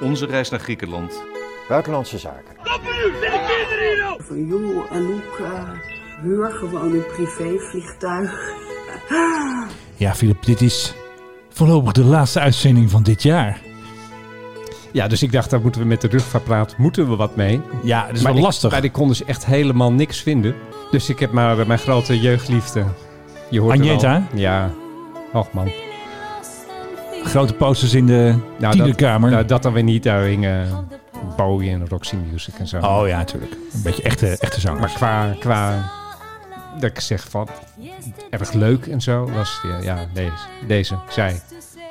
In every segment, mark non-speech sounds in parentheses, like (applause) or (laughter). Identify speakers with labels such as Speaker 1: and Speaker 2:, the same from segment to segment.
Speaker 1: Onze reis naar Griekenland.
Speaker 2: Buitenlandse zaken.
Speaker 3: Van joh, Anouk, eh huur gewoon een privévliegtuig.
Speaker 4: Ja, Filip, dit is voorlopig de laatste uitzending van dit jaar.
Speaker 5: Ja, dus ik dacht, daar moeten we met de rugvaartpraat moeten we wat mee.
Speaker 4: Ja, het is
Speaker 5: maar
Speaker 4: wel
Speaker 5: ik,
Speaker 4: lastig.
Speaker 5: Maar ik kon dus echt helemaal niks vinden. Dus ik heb maar eh, mijn grote jeugdliefde. Je hoort
Speaker 4: Agneta?
Speaker 5: Het al. Ja. Och man.
Speaker 4: Grote posters in de
Speaker 5: Nou,
Speaker 4: tienerkamer.
Speaker 5: Dat, nou, dat dan weer niet. Daar hingen Bowie en Roxy Music en zo.
Speaker 4: oh ja, natuurlijk. Een beetje echte, echte zang.
Speaker 5: Maar qua, qua dat ik zeg van erg leuk en zo was het, ja, ja deze, deze, zij.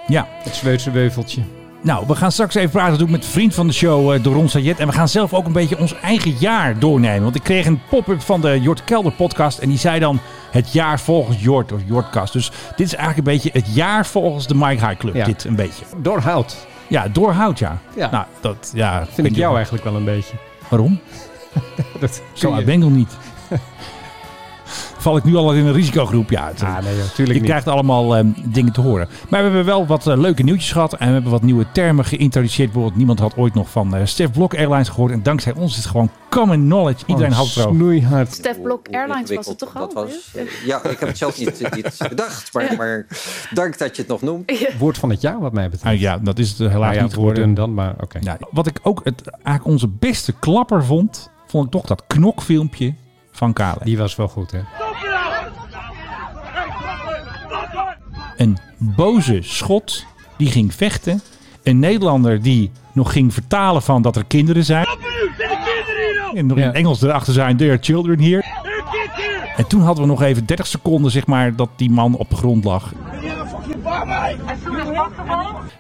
Speaker 4: Ja,
Speaker 5: Het Zweedse weuveltje.
Speaker 4: nou, we gaan straks even praten natuurlijk met een vriend van de show, eh Doron Sayed. En we gaan zelf ook een beetje ons eigen jaar doornemen. Want ik kreeg een pop-up van de Jort Kelder podcast. En die zei dan het jaar volgens Jort of Jortcast. Dus dit is eigenlijk een beetje het jaar volgens de Mike High Club.
Speaker 5: Ja.
Speaker 4: Dit een beetje.
Speaker 5: Doorhout.
Speaker 4: Ja, doorhout ja.
Speaker 5: Ja.
Speaker 4: Nou, dat ja,
Speaker 5: Vind ik jou eigenlijk wel een beetje.
Speaker 4: Waarom?
Speaker 5: Dat
Speaker 4: Zo
Speaker 5: kun je-
Speaker 4: uit Bengel niet. (laughs) Val ik nu al in een risicogroep? Ja, het-
Speaker 5: Ah, nee,
Speaker 4: je
Speaker 5: natuurlijk niet.
Speaker 4: krijgt allemaal ehm, dingen te horen. Maar we hebben wel wat eh, leuke nieuwtjes gehad. En we hebben wat nieuwe termen geïntroduceerd. Bijvoorbeeld, niemand had ooit nog van eh Stef Blok Airlines gehoord. En dankzij ons is het gewoon common knowledge.
Speaker 5: Oh,
Speaker 4: Iedereen had het erover.
Speaker 5: Snoeihard.
Speaker 6: Stef Blok
Speaker 7: Hoe
Speaker 6: Airlines was het
Speaker 7: ingewikkeld
Speaker 6: toch al?
Speaker 7: dat was. Eh, ja, ik heb het zelf niet,
Speaker 6: (laughs)
Speaker 7: niet gedacht, maar,
Speaker 6: Ja.
Speaker 7: maar dank dat je het nog noemt.
Speaker 5: Woord van het jaar wat mij betreft.
Speaker 4: Ah, ja, dat is het eh, helaas
Speaker 5: Nou ja,
Speaker 4: niet
Speaker 5: het
Speaker 4: geworden.
Speaker 5: woorden dan, maar oké.
Speaker 4: Ja, wat ik ook het, eigenlijk onze beste klapper vond, vond ik toch dat knokfilmpje van Kale.
Speaker 5: Die was wel goed, hè?
Speaker 4: een boze schot die ging vechten. Een Nederlander die nog ging vertalen van dat er kinderen zijn. En nog in
Speaker 5: Ja.
Speaker 4: het Engels erachter zijn, there are children here. En toen hadden we nog even 30 seconden, zeg maar, dat die man op de grond lag.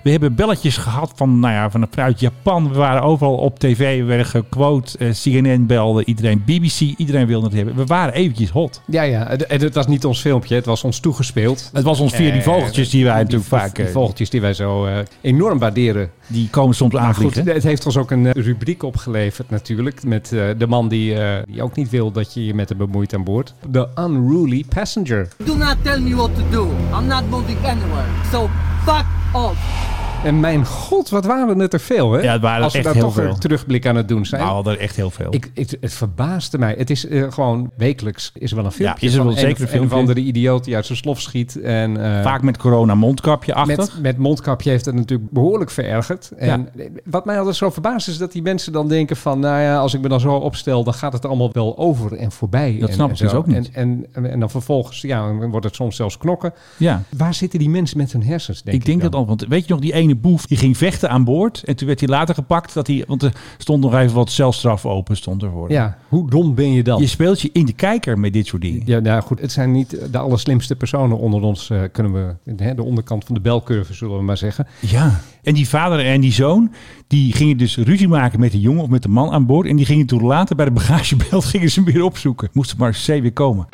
Speaker 4: We hebben belletjes gehad van, nou ja, van- vanuit Japan. We waren overal op tv, we werden gequote. eh, CNN belde iedereen, BBC, iedereen wilde het hebben. We waren eventjes hot.
Speaker 5: Ja, ja. Het, het was niet ons filmpje, het was ons toegespeeld.
Speaker 4: Het was ons via die
Speaker 5: Eh,
Speaker 4: vogeltjes die wij natuurlijk
Speaker 5: die-
Speaker 4: vaak...
Speaker 5: Die
Speaker 4: eh,
Speaker 5: vogeltjes die wij zo eh, enorm waarderen.
Speaker 4: die komen soms
Speaker 5: Goed,
Speaker 4: aanvliegen.
Speaker 5: het heeft ons ook een eh, rubriek opgeleverd natuurlijk. Met eh, de man die, eh, die ook niet wil dat je je met hem bemoeit aan boord. De unruly passenger.
Speaker 8: Do not tell me what to do. I'm not moving anywhere. So fuck off.
Speaker 5: En mijn god, wat waren het er veel, hè?
Speaker 4: Ja, het waren
Speaker 5: Als we
Speaker 4: echt
Speaker 5: daar
Speaker 4: heel
Speaker 5: toch
Speaker 4: veel.
Speaker 5: een terugblik aan het doen zijn.
Speaker 4: Nou, er echt heel veel.
Speaker 5: Ik, ik- het verbaasde mij. Het is eh, gewoon wekelijks is er wel een filmpje.
Speaker 4: is er wel
Speaker 5: van
Speaker 4: zeker een
Speaker 5: een,
Speaker 4: filmpje.
Speaker 5: van de idioot die uit zijn slof schiet. En, eh,
Speaker 4: Vaak met corona mondkapje achter.
Speaker 5: met, met mondkapje heeft het natuurlijk behoorlijk verergerd. En eh, wat mij altijd zo verbaast is dat die mensen dan denken van... nou ja, als ik me dan zo opstel, dan gaat het allemaal wel over en voorbij.
Speaker 4: Dat
Speaker 5: en,
Speaker 4: snap
Speaker 5: en
Speaker 4: ik dus
Speaker 5: zo.
Speaker 4: ook niet.
Speaker 5: En, en, en dan vervolgens ja, dan wordt het soms zelfs knokken.
Speaker 4: ja.
Speaker 5: Waar zitten die mensen met hun hersens, denk ik
Speaker 4: ik denk
Speaker 5: dan?
Speaker 4: dat al, want weet je nog, die ene boef die ging vechten aan boord. En toen werd hij later gepakt. Dat hij, want er stond nog even wat celstraf open, stond ervoor.
Speaker 5: Ja, hoe dom ben je dan?
Speaker 4: Je speelt je in de kijker met dit soort dingen.
Speaker 5: Ja, nou goed, het zijn niet de allerslimste personen onder ons, eh, kunnen we, hè, de onderkant van de belcurve zullen we maar zeggen.
Speaker 4: Ja. En die vader en die zoon, die gingen dus ruzie maken met de jongen of met de man aan boord. En die gingen toen later bij de bagagebelt (laughs) gingen ze hem weer opzoeken. Moest het marechaussee weer komen.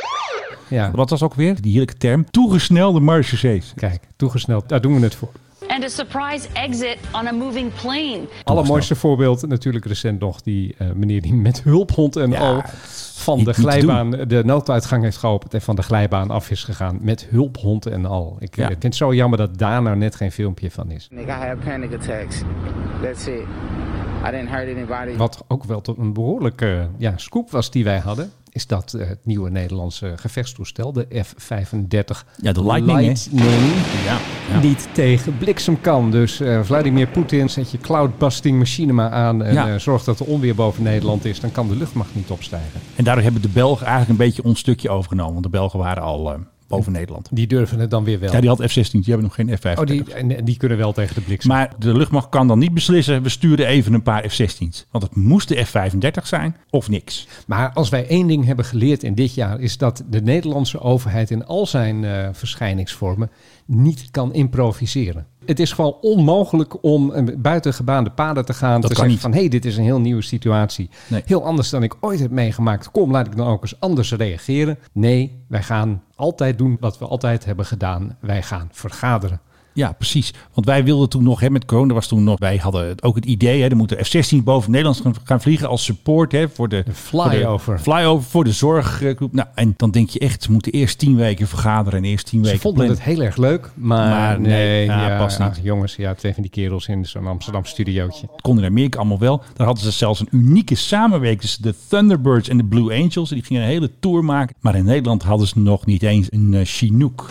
Speaker 5: Ja,
Speaker 4: Wat was ook weer? Die heerlijke term. Toegesnelde marechaussées.
Speaker 5: kijk, toegesneld, daar doen we het voor.
Speaker 9: and a surprise exit on a moving plane.
Speaker 5: Allermooiste voorbeeld natuurlijk recent nog die eh, meneer die met hulphond en
Speaker 4: Ja,
Speaker 5: al
Speaker 4: het
Speaker 5: van
Speaker 4: niet-
Speaker 5: de
Speaker 4: niet te
Speaker 5: glijbaan, eh, de nooduitgang heeft geopend en van de glijbaan af is gegaan met hulphond en al. Ik
Speaker 4: Ja.
Speaker 5: eh, vind het zo jammer dat daar nou net geen filmpje van is.
Speaker 8: Nigga, I had panic attacks. That's it. I didn't hurt anybody.
Speaker 5: Wat ook wel tot een behoorlijke ja, scoop was die wij hadden, is dat eh, het nieuwe Nederlandse gevechtstoestel, de F-35
Speaker 4: Ja, de lightning, hè?
Speaker 5: Lightning,
Speaker 4: Ja.
Speaker 5: niet tegen bliksem kan. Dus eh, Vladimir Poetin, zet je cloudbusting machine maar aan en
Speaker 4: Ja.
Speaker 5: eh, zorg dat er onweer boven Nederland is. Dan kan de luchtmacht niet opstijgen.
Speaker 4: En daardoor hebben de Belgen eigenlijk een beetje ons stukje overgenomen. Want de Belgen waren al eh, boven Nederland.
Speaker 5: Die durven het dan weer wel.
Speaker 4: Ja, die had F-16, die hebben nog geen F-35.
Speaker 5: oh, die, en die kunnen wel tegen de bliksem.
Speaker 4: Maar de luchtmacht kan dan niet beslissen, we sturen even een paar F-16's. Want het moest de F-35 zijn of niks.
Speaker 5: Maar als wij één ding hebben geleerd in dit jaar, is dat de Nederlandse overheid in al zijn eh, verschijningsvormen niet kan improviseren. Het is gewoon onmogelijk om eh, buiten gebaande paden te gaan.
Speaker 4: Dat
Speaker 5: te
Speaker 4: kan
Speaker 5: zeggen
Speaker 4: niet.
Speaker 5: van hé, hey, dit is een heel nieuwe situatie.
Speaker 4: Nee.
Speaker 5: Heel anders dan ik ooit heb meegemaakt. Kom, laat ik dan ook eens anders reageren. Nee, wij gaan altijd doen wat we altijd hebben gedaan. Wij gaan vergaderen.
Speaker 4: Ja, precies. Want wij wilden toen nog, hè, met corona was toen nog, wij hadden ook het idee, hè, er moeten F-16 boven Nederland gaan- gaan vliegen als support hè, voor de
Speaker 5: flyover.
Speaker 4: Voor de, flyover voor de zorggroep. Nou, en dan denk je echt, we moeten eerst tien weken vergaderen en eerst tien
Speaker 5: Ze
Speaker 4: weken
Speaker 5: vonden
Speaker 4: plannen.
Speaker 5: het heel erg leuk, maar,
Speaker 4: Maar nee,
Speaker 5: nee,
Speaker 4: ja,
Speaker 5: ja,
Speaker 4: past niet.
Speaker 5: ach, jongens, ja, tegen die kerels in zo'n Amsterdam studiootje.
Speaker 4: Dat kon in Amerika allemaal wel. Daar hadden ze zelfs een unieke samenwerking tussen de Thunderbirds en de Blue Angels. En die gingen een hele tour maken. Maar in Nederland hadden ze nog niet eens een eh, Chinook.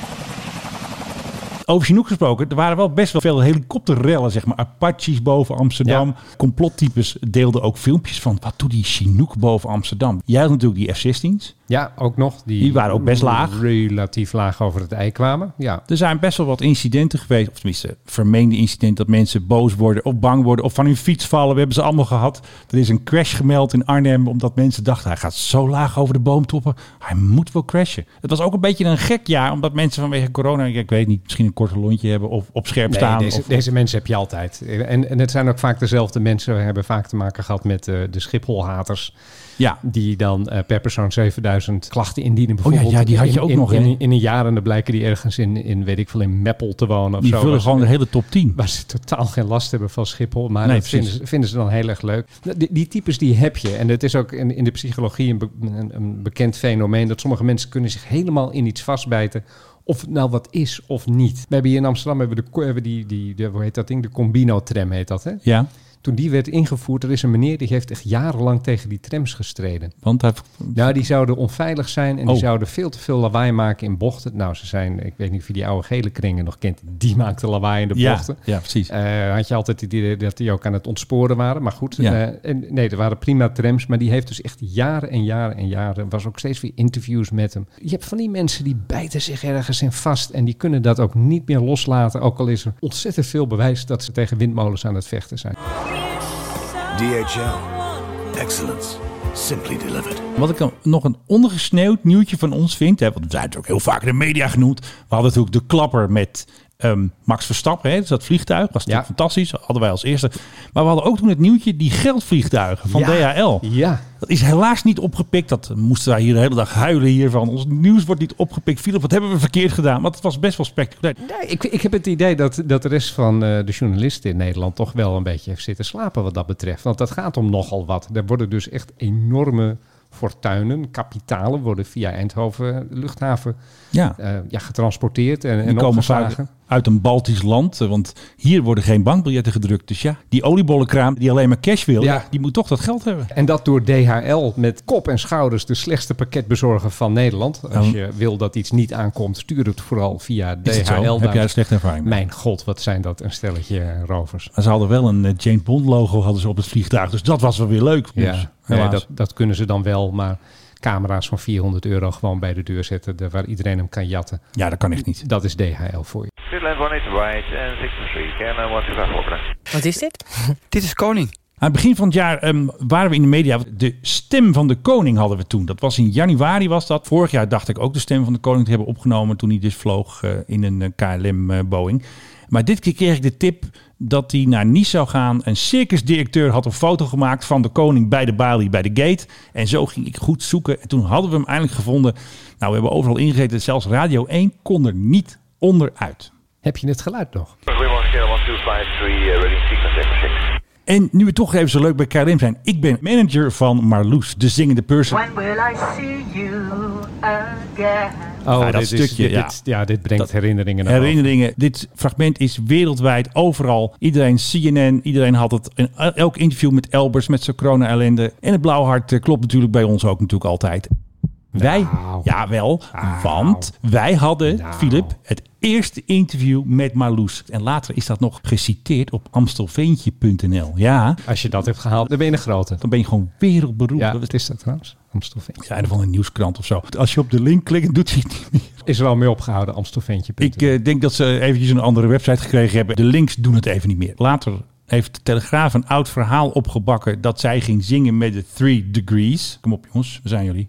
Speaker 4: Over Chinook gesproken, er waren wel best wel veel helikopterrellen, zeg maar. Apaches boven Amsterdam. Complottypes deelden ook filmpjes van, wat doet die Chinook boven Amsterdam? Jij had natuurlijk die F-16's.
Speaker 5: Ja, ook nog. Die,
Speaker 4: Die waren ook best laag.
Speaker 5: Relatief laag over het ei kwamen. Ja,
Speaker 4: Er zijn best wel wat incidenten geweest, of tenminste vermeende incidenten, dat mensen boos worden of bang worden of van hun fiets vallen. We hebben ze allemaal gehad. Er is een crash gemeld in Arnhem, omdat mensen dachten hij gaat zo laag over de boomtoppen, hij moet wel crashen. Het was ook een beetje een gek jaar, omdat mensen vanwege corona, ja, ik weet niet, misschien een korte lontje hebben of op scherp
Speaker 5: Nee,
Speaker 4: staan.
Speaker 5: deze,
Speaker 4: of,
Speaker 5: deze mensen heb je altijd. En, en het zijn ook vaak dezelfde mensen. We hebben vaak te maken gehad met eh, de Schiphol-haters.
Speaker 4: ja.
Speaker 5: Die dan eh, per persoon 7000 klachten indienen. Bijvoorbeeld.
Speaker 4: Oh ja, die had je
Speaker 5: in-
Speaker 4: ook
Speaker 5: in-
Speaker 4: nog, hè?
Speaker 5: In, in een jaar en dan blijken die ergens in, in, weet ik veel, in Meppel te wonen. Of
Speaker 4: Die
Speaker 5: zo,
Speaker 4: vullen
Speaker 5: Waar ze-
Speaker 4: gewoon de hele top 10.
Speaker 5: Waar ze totaal geen last hebben van Schiphol. Maar
Speaker 4: Nee,
Speaker 5: dat vinden
Speaker 4: precies.
Speaker 5: ze, vinden ze dan heel erg leuk. Die, die types die heb je. En het is ook in, in de psychologie een, be- een- een bekend fenomeen... dat sommige mensen kunnen zich helemaal in iets vastbijten... of het nou wat is of niet. We hebben hier in Amsterdam hebben we de, ko- hebben die, die, de, hoe heet dat ding? De Combino-tram heet dat, hè?
Speaker 4: Ja,
Speaker 5: Toen die werd ingevoerd, er is een meneer... die heeft echt jarenlang tegen die trams gestreden.
Speaker 4: want hij,
Speaker 5: Nou, die zouden onveilig zijn en
Speaker 4: Oh.
Speaker 5: die zouden veel te veel lawaai maken in bochten. Nou, ze zijn, ik weet niet of je die oude gele kringen nog kent. Die maakte lawaai in de
Speaker 4: ja,
Speaker 5: bochten.
Speaker 4: ja, precies.
Speaker 5: Eh, had je altijd het idee dat die ook aan het ontsporen waren. Maar goed,
Speaker 4: Ja.
Speaker 5: eh, en, nee, er waren prima trams. Maar die heeft dus echt jaren en jaren en jaren... was ook steeds weer interviews met hem. Je hebt van die mensen die bijten zich ergens in vast... en die kunnen dat ook niet meer loslaten. Ook al is er ontzettend veel bewijs dat ze tegen windmolens aan het vechten zijn.
Speaker 1: DHL. Excellence. Simply delivered.
Speaker 4: Wat ik dan nog een ondergesneeuwd nieuwtje van ons vind, hè, want we zijn het ook heel vaak in de media genoemd. We hadden natuurlijk de klapper met ehm, Max Verstappen, hè, dus dat vliegtuig. Was natuurlijk
Speaker 5: Ja.
Speaker 4: fantastisch, hadden wij als eerste. Maar we hadden ook toen het nieuwtje die geldvliegtuigen van
Speaker 5: Ja.
Speaker 4: DHL.
Speaker 5: Ja,
Speaker 4: Dat is helaas niet opgepikt. Dat moesten wij hier de hele dag huilen hiervan. Ons nieuws wordt niet opgepikt. Philip, wat hebben we verkeerd gedaan? Want het was best wel spectaculair.
Speaker 5: Nee, ik, ik heb het idee dat, dat de rest van eh, de journalisten in Nederland toch wel een beetje heeft zitten slapen wat dat betreft. Want dat gaat om nogal wat. Er worden dus echt enorme fortuinen, kapitalen worden via Eindhoven luchthaven
Speaker 4: Ja.
Speaker 5: eh, ja, getransporteerd en, en
Speaker 4: Die komen vaak
Speaker 5: opgeslagen.
Speaker 4: uit een Baltisch land, eh, want hier worden geen bankbiljetten gedrukt. Dus ja, die oliebollenkraam die alleen maar cash wil,
Speaker 5: Ja.
Speaker 4: ja, die moet toch dat geld hebben.
Speaker 5: En dat door DHL met kop en schouders de slechtste pakketbezorger van Nederland. Als
Speaker 4: Ja.
Speaker 5: je wil dat iets niet aankomt, stuur het vooral via DHL.
Speaker 4: Is het zo? Heb
Speaker 5: daar.
Speaker 4: jij er slechte ervaring mee?
Speaker 5: Mijn god, wat zijn dat een stelletje eh, rovers.
Speaker 4: Maar ze hadden wel een eh, James Bond logo hadden ze op het vliegtuig. Dus dat was wel weer leuk. voor ons,
Speaker 5: Ja, nee,
Speaker 4: helaas.
Speaker 5: Dus, eh, dat, dat kunnen ze dan wel, maar camera's van 400 euro gewoon bij de deur zetten, de- waar iedereen hem kan jatten.
Speaker 4: ja, dat kan echt niet.
Speaker 5: Dat is DHL voor je.
Speaker 2: Midland 1 is right and 63, KLM 125 Oakland.
Speaker 6: Wat is dit? dit is koning.
Speaker 4: Aan het begin van het jaar ehm, waren we in de media. De stem van de koning hadden we toen. Dat was in januari was dat. Vorig jaar dacht ik ook de stem van de koning te hebben opgenomen. Toen hij dus vloog eh, in een KLM eh, Boeing. Maar dit keer kreeg ik de tip dat hij naar Nice zou gaan. Een circusdirecteur had een foto gemaakt van de koning bij de balie, bij de gate. En zo ging ik goed zoeken. En toen hadden we hem eindelijk gevonden. Nou, we hebben overal ingegeten. Zelfs Radio 1 kon er niet onderuit.
Speaker 5: Heb je het geluid nog?
Speaker 2: Goedemorgen, KLM 1253, uh, ready sequence echo check.
Speaker 4: En nu we toch even zo leuk bij KLM zijn. Ik ben manager van Marloes, de zingende person.
Speaker 3: When will I see you again?
Speaker 5: Oh,
Speaker 4: dat
Speaker 5: dit is-
Speaker 4: stukje,
Speaker 5: dit-
Speaker 4: ja.
Speaker 5: dit- ja, dit brengt
Speaker 4: Dat-
Speaker 5: herinneringen naar
Speaker 4: Herinneringen. Dit fragment is wereldwijd, overal. Iedereen, CNN, iedereen had het. En eh, elk interview met Elbers, met zijn corona-ellende. En het blauw hart eh, klopt natuurlijk bij ons ook natuurlijk altijd. Wij, jawel, want wij hadden, Filip, het eerste interview met Marloes. En later is dat nog geciteerd op amstelveentje.nl. Ja,
Speaker 5: boven. Als je dat hebt gehaald, dan ben je een grote.
Speaker 4: dan ben je gewoon wereldberoemd.
Speaker 5: Ja,
Speaker 4: dat
Speaker 5: wat
Speaker 4: is
Speaker 5: is dat trouwens? Amstelveen.
Speaker 4: het einde van een nieuwskrant of zo. Als je op de link klikt, doet hij het niet meer.
Speaker 5: Is er al mee opgehouden, Amstelveentje.
Speaker 4: Ik eh, denk dat ze eventjes een andere website gekregen hebben. De links doen het even niet meer. Later heeft de Telegraaf een oud verhaal opgebakken dat zij ging zingen met de Three Degrees. Kom op jongens, we zijn jullie.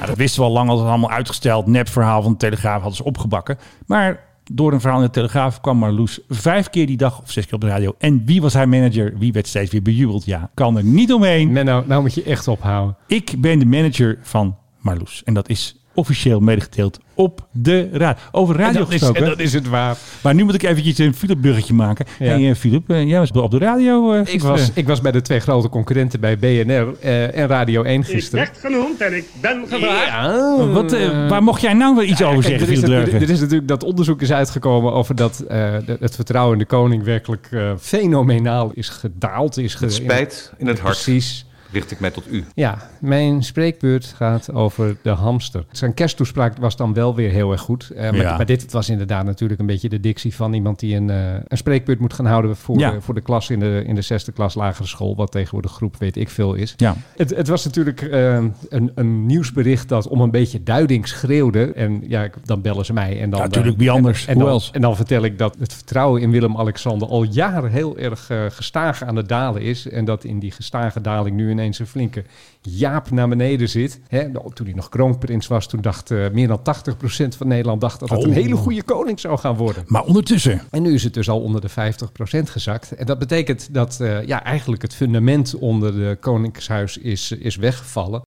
Speaker 4: Ja, dat wisten we al lang, hadden we allemaal uitgesteld. Nep verhaal van de Telegraaf hadden ze opgebakken. Maar door een verhaal in de Telegraaf kwam Marloes vijf keer die dag of zes keer op de radio. En wie was haar manager? Wie werd steeds weer bejubeld? Ja, kan er niet omheen.
Speaker 5: Menno, nou moet je echt ophouden.
Speaker 4: Ik ben de manager van Marloes. En dat is officieel medegedeeld op de radio. Over radio
Speaker 5: dat is,
Speaker 4: gesproken.
Speaker 5: en dat is het waar.
Speaker 4: Maar nu moet ik eventjes een Philip-bruggetje maken.
Speaker 5: Ja.
Speaker 4: Hey, eh, Philip, eh, jij was op de radio. eh,
Speaker 5: Ik
Speaker 4: gisteren.
Speaker 5: was, ik was bij de twee grote concurrenten bij BNR eh, en Radio 1 gisteren.
Speaker 10: genoemd en ik ben
Speaker 5: Ja.
Speaker 4: Wat, eh, waar mocht jij nou weer iets over
Speaker 5: Kijk,
Speaker 4: zeggen,
Speaker 5: er, is
Speaker 4: Philip
Speaker 5: natuurlijk,
Speaker 4: Dreugen?
Speaker 5: er is natuurlijk dat onderzoek is uitgekomen over dat eh, de- het vertrouwen in de koning werkelijk eh, fenomenaal is gedaald. Is ge-
Speaker 11: Spijt in het hart
Speaker 5: Precies.
Speaker 11: richt ik mij tot u.
Speaker 5: Ja, mijn spreekbeurt gaat over de hamster. Zijn kersttoespraak was dan wel weer heel erg goed. Eh, maar,
Speaker 4: Ja.
Speaker 5: maar dit was inderdaad natuurlijk een beetje de dictie van iemand die een, eh, een spreekbeurt moet gaan houden voor,
Speaker 4: Ja.
Speaker 5: de, voor de klas in de, in de zesde klas lagere school. Wat tegenwoordig groep weet ik veel is.
Speaker 4: Ja.
Speaker 5: Het, het was natuurlijk eh, een, een nieuwsbericht dat om een beetje duiding schreeuwde. En ja, ik- dan bellen ze mij. En dan,
Speaker 4: Ja, natuurlijk,
Speaker 5: eh,
Speaker 4: wie anders?
Speaker 5: En,
Speaker 4: Hoe
Speaker 5: dan,
Speaker 4: else?
Speaker 5: en dan vertel ik dat het vertrouwen in Willem-Alexander al jaren heel erg eh, gestaag aan het dalen is. En dat in die gestage daling nu ineens een flinke jaap naar beneden zit. Hè, nou, toen hij nog kroonprins was, toen dacht eh, meer dan 80% van Nederland dacht dat het een
Speaker 4: Oh.
Speaker 5: hele goede koning zou gaan worden.
Speaker 4: Maar ondertussen.
Speaker 5: En nu is het dus al onder de 50% gezakt. En dat betekent dat eh, ja, eigenlijk het fundament onder de koningshuis is, eh, is weggevallen.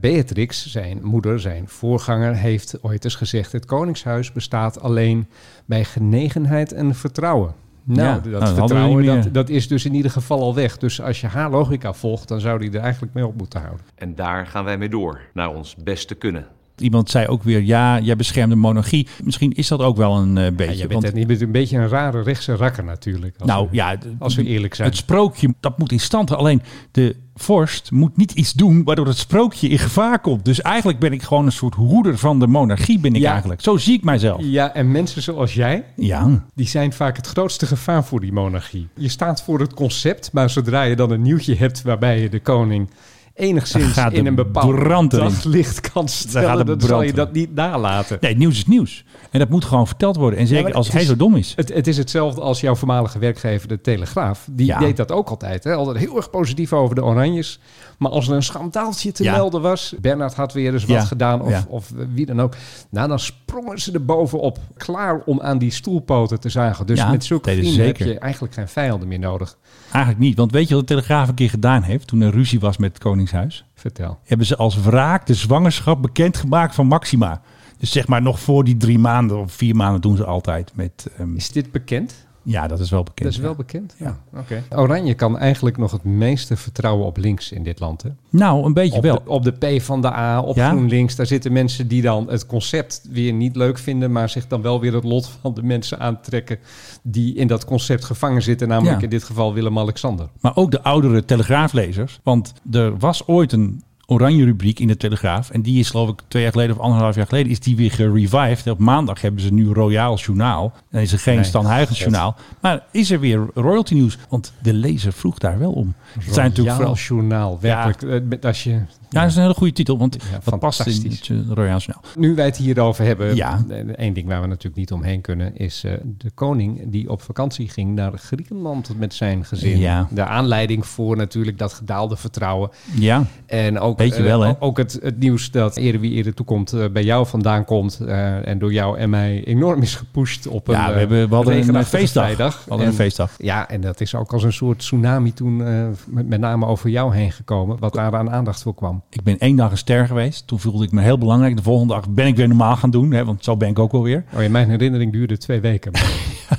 Speaker 5: Beatrix, zijn moeder, zijn voorganger, heeft ooit eens gezegd... het koningshuis bestaat alleen bij genegenheid en vertrouwen. Nou,
Speaker 4: Ja,
Speaker 5: dat
Speaker 4: nou, dat hadden we
Speaker 5: vertrouwen
Speaker 4: niet meer.
Speaker 5: dat, dat is dus in ieder geval al weg. Dus als je haar logica volgt, dan zou die er eigenlijk mee op moeten houden.
Speaker 11: En daar gaan wij mee door, naar ons beste kunnen.
Speaker 4: Iemand zei ook weer, ja, jij beschermt de monarchie. Misschien is dat ook wel een eh,
Speaker 5: Ja,
Speaker 4: beetje.
Speaker 5: je, bent,
Speaker 4: want-
Speaker 5: een- je bent een beetje een rare rechtse rakker natuurlijk. Als
Speaker 4: nou
Speaker 5: we-
Speaker 4: ja,
Speaker 5: als we eerlijk zijn.
Speaker 4: Het sprookje, dat moet in stand. Alleen de vorst moet niet iets doen waardoor het sprookje in gevaar komt. Dus eigenlijk ben ik gewoon een soort hoeder van de monarchie, ben ik
Speaker 5: Ja.
Speaker 4: eigenlijk. Zo zie ik mijzelf.
Speaker 5: Ja, en mensen zoals jij,
Speaker 4: Ja.
Speaker 5: die zijn vaak het grootste gevaar voor die monarchie. Je staat voor het concept, maar zodra je dan een nieuwtje hebt waarbij je de koning
Speaker 4: Dan
Speaker 5: enigszins
Speaker 4: gaat de
Speaker 5: in een bepaald
Speaker 4: brand erin.
Speaker 5: daglicht kan
Speaker 4: gaat de
Speaker 5: stellen, dan
Speaker 4: brand
Speaker 5: zal je
Speaker 4: erin.
Speaker 5: dat niet nalaten.
Speaker 4: Nee, nieuws is nieuws. En dat moet gewoon verteld worden. En zeker
Speaker 5: maar
Speaker 4: als
Speaker 5: het
Speaker 4: hij
Speaker 5: is-
Speaker 4: zo dom is.
Speaker 5: Het, het is hetzelfde als jouw voormalige werkgever, de Telegraaf. Die
Speaker 4: Ja.
Speaker 5: deed dat ook altijd. Hè? Altijd heel erg positief over de Oranjes. Maar als er een schandaaltje te
Speaker 4: Ja.
Speaker 5: melden was... Bernard had weer eens wat
Speaker 4: Ja,
Speaker 5: gedaan of,
Speaker 4: ja.
Speaker 5: of wie dan ook. Nou, dan sprongen ze er bovenop. Klaar om aan die stoelpoten te zagen. Dus
Speaker 4: Ja,
Speaker 5: met zulke
Speaker 4: deden ze
Speaker 5: vrienden
Speaker 4: zeker.
Speaker 5: heb je eigenlijk geen vijanden meer nodig.
Speaker 4: Eigenlijk niet. Want weet je wat de Telegraaf een keer gedaan heeft toen er ruzie was met het Koningshuis?
Speaker 5: Vertel.
Speaker 4: Hebben ze als wraak de zwangerschap bekendgemaakt van Maxima. Dus zeg maar nog voor die drie maanden of vier maanden doen ze altijd met... ehm,
Speaker 5: Is dit bekend?
Speaker 4: ja, dat is wel bekend.
Speaker 5: Dat is wel bekend? Oh,
Speaker 4: Ja.
Speaker 5: Oké. Oranje kan eigenlijk nog het meeste vertrouwen op links in dit land, hè?
Speaker 4: Nou, een beetje
Speaker 5: op,
Speaker 4: wel.
Speaker 5: De, op de P van de A, op
Speaker 4: Ja?
Speaker 5: GroenLinks. Daar zitten mensen die dan het concept weer niet leuk vinden, maar zich dan wel weer het lot van de mensen aantrekken die in dat concept gevangen zitten, namelijk
Speaker 4: Ja.
Speaker 5: in dit geval Willem-Alexander.
Speaker 4: Maar ook de oudere Telegraaflezers. Want er was ooit een oranje rubriek in de Telegraaf. En die is geloof ik twee jaar geleden of anderhalf jaar geleden... is die weer gerevived. En Op maandag hebben ze nu Royaal Journaal. Dan is er geen
Speaker 5: Nee,
Speaker 4: Stan Huygens
Speaker 5: God.
Speaker 4: Journaal. Maar is er weer royalty nieuws? Want de lezer vroeg daar wel om. Het zijn natuurlijk
Speaker 5: Royaal
Speaker 4: vooral...
Speaker 5: journaal, werkelijk. eh, met- Als je,
Speaker 4: Ja, dat is een hele goede titel. Want wat past in het
Speaker 5: fantastisch.
Speaker 4: eh, Royaal Journaal?
Speaker 5: nu wij het hierover hebben, eh,
Speaker 4: Ja.
Speaker 5: één ding waar we natuurlijk niet omheen kunnen, is eh, de koning die op vakantie ging naar Griekenland met zijn gezin.
Speaker 4: Ja.
Speaker 5: De aanleiding voor natuurlijk dat gedaalde vertrouwen.
Speaker 4: Ja,
Speaker 5: En ook,
Speaker 4: Beetje
Speaker 5: eh,
Speaker 4: wel, hè?
Speaker 5: o- ook het, het nieuws dat eerder wie eerder toekomt eh, bij jou vandaan komt. eh, en door jou en mij enorm is gepusht op een
Speaker 4: ja we,
Speaker 5: eh,
Speaker 4: hebben, we hadden een
Speaker 5: regenachtige
Speaker 4: feestdag.
Speaker 5: vrijdag.
Speaker 4: We hadden een
Speaker 5: En-
Speaker 4: feestdag.
Speaker 5: Ja, en dat is ook als een soort tsunami toen eh, met, met name over jou heen gekomen. Wat daar aan aandacht voor kwam.
Speaker 4: Ik ben één dag een ster geweest. Toen voelde ik me heel belangrijk. De volgende dag ben ik weer normaal gaan doen. Hè, want zo ben ik ook wel weer.
Speaker 5: Oh, in mijn herinnering duurde het twee weken. Maar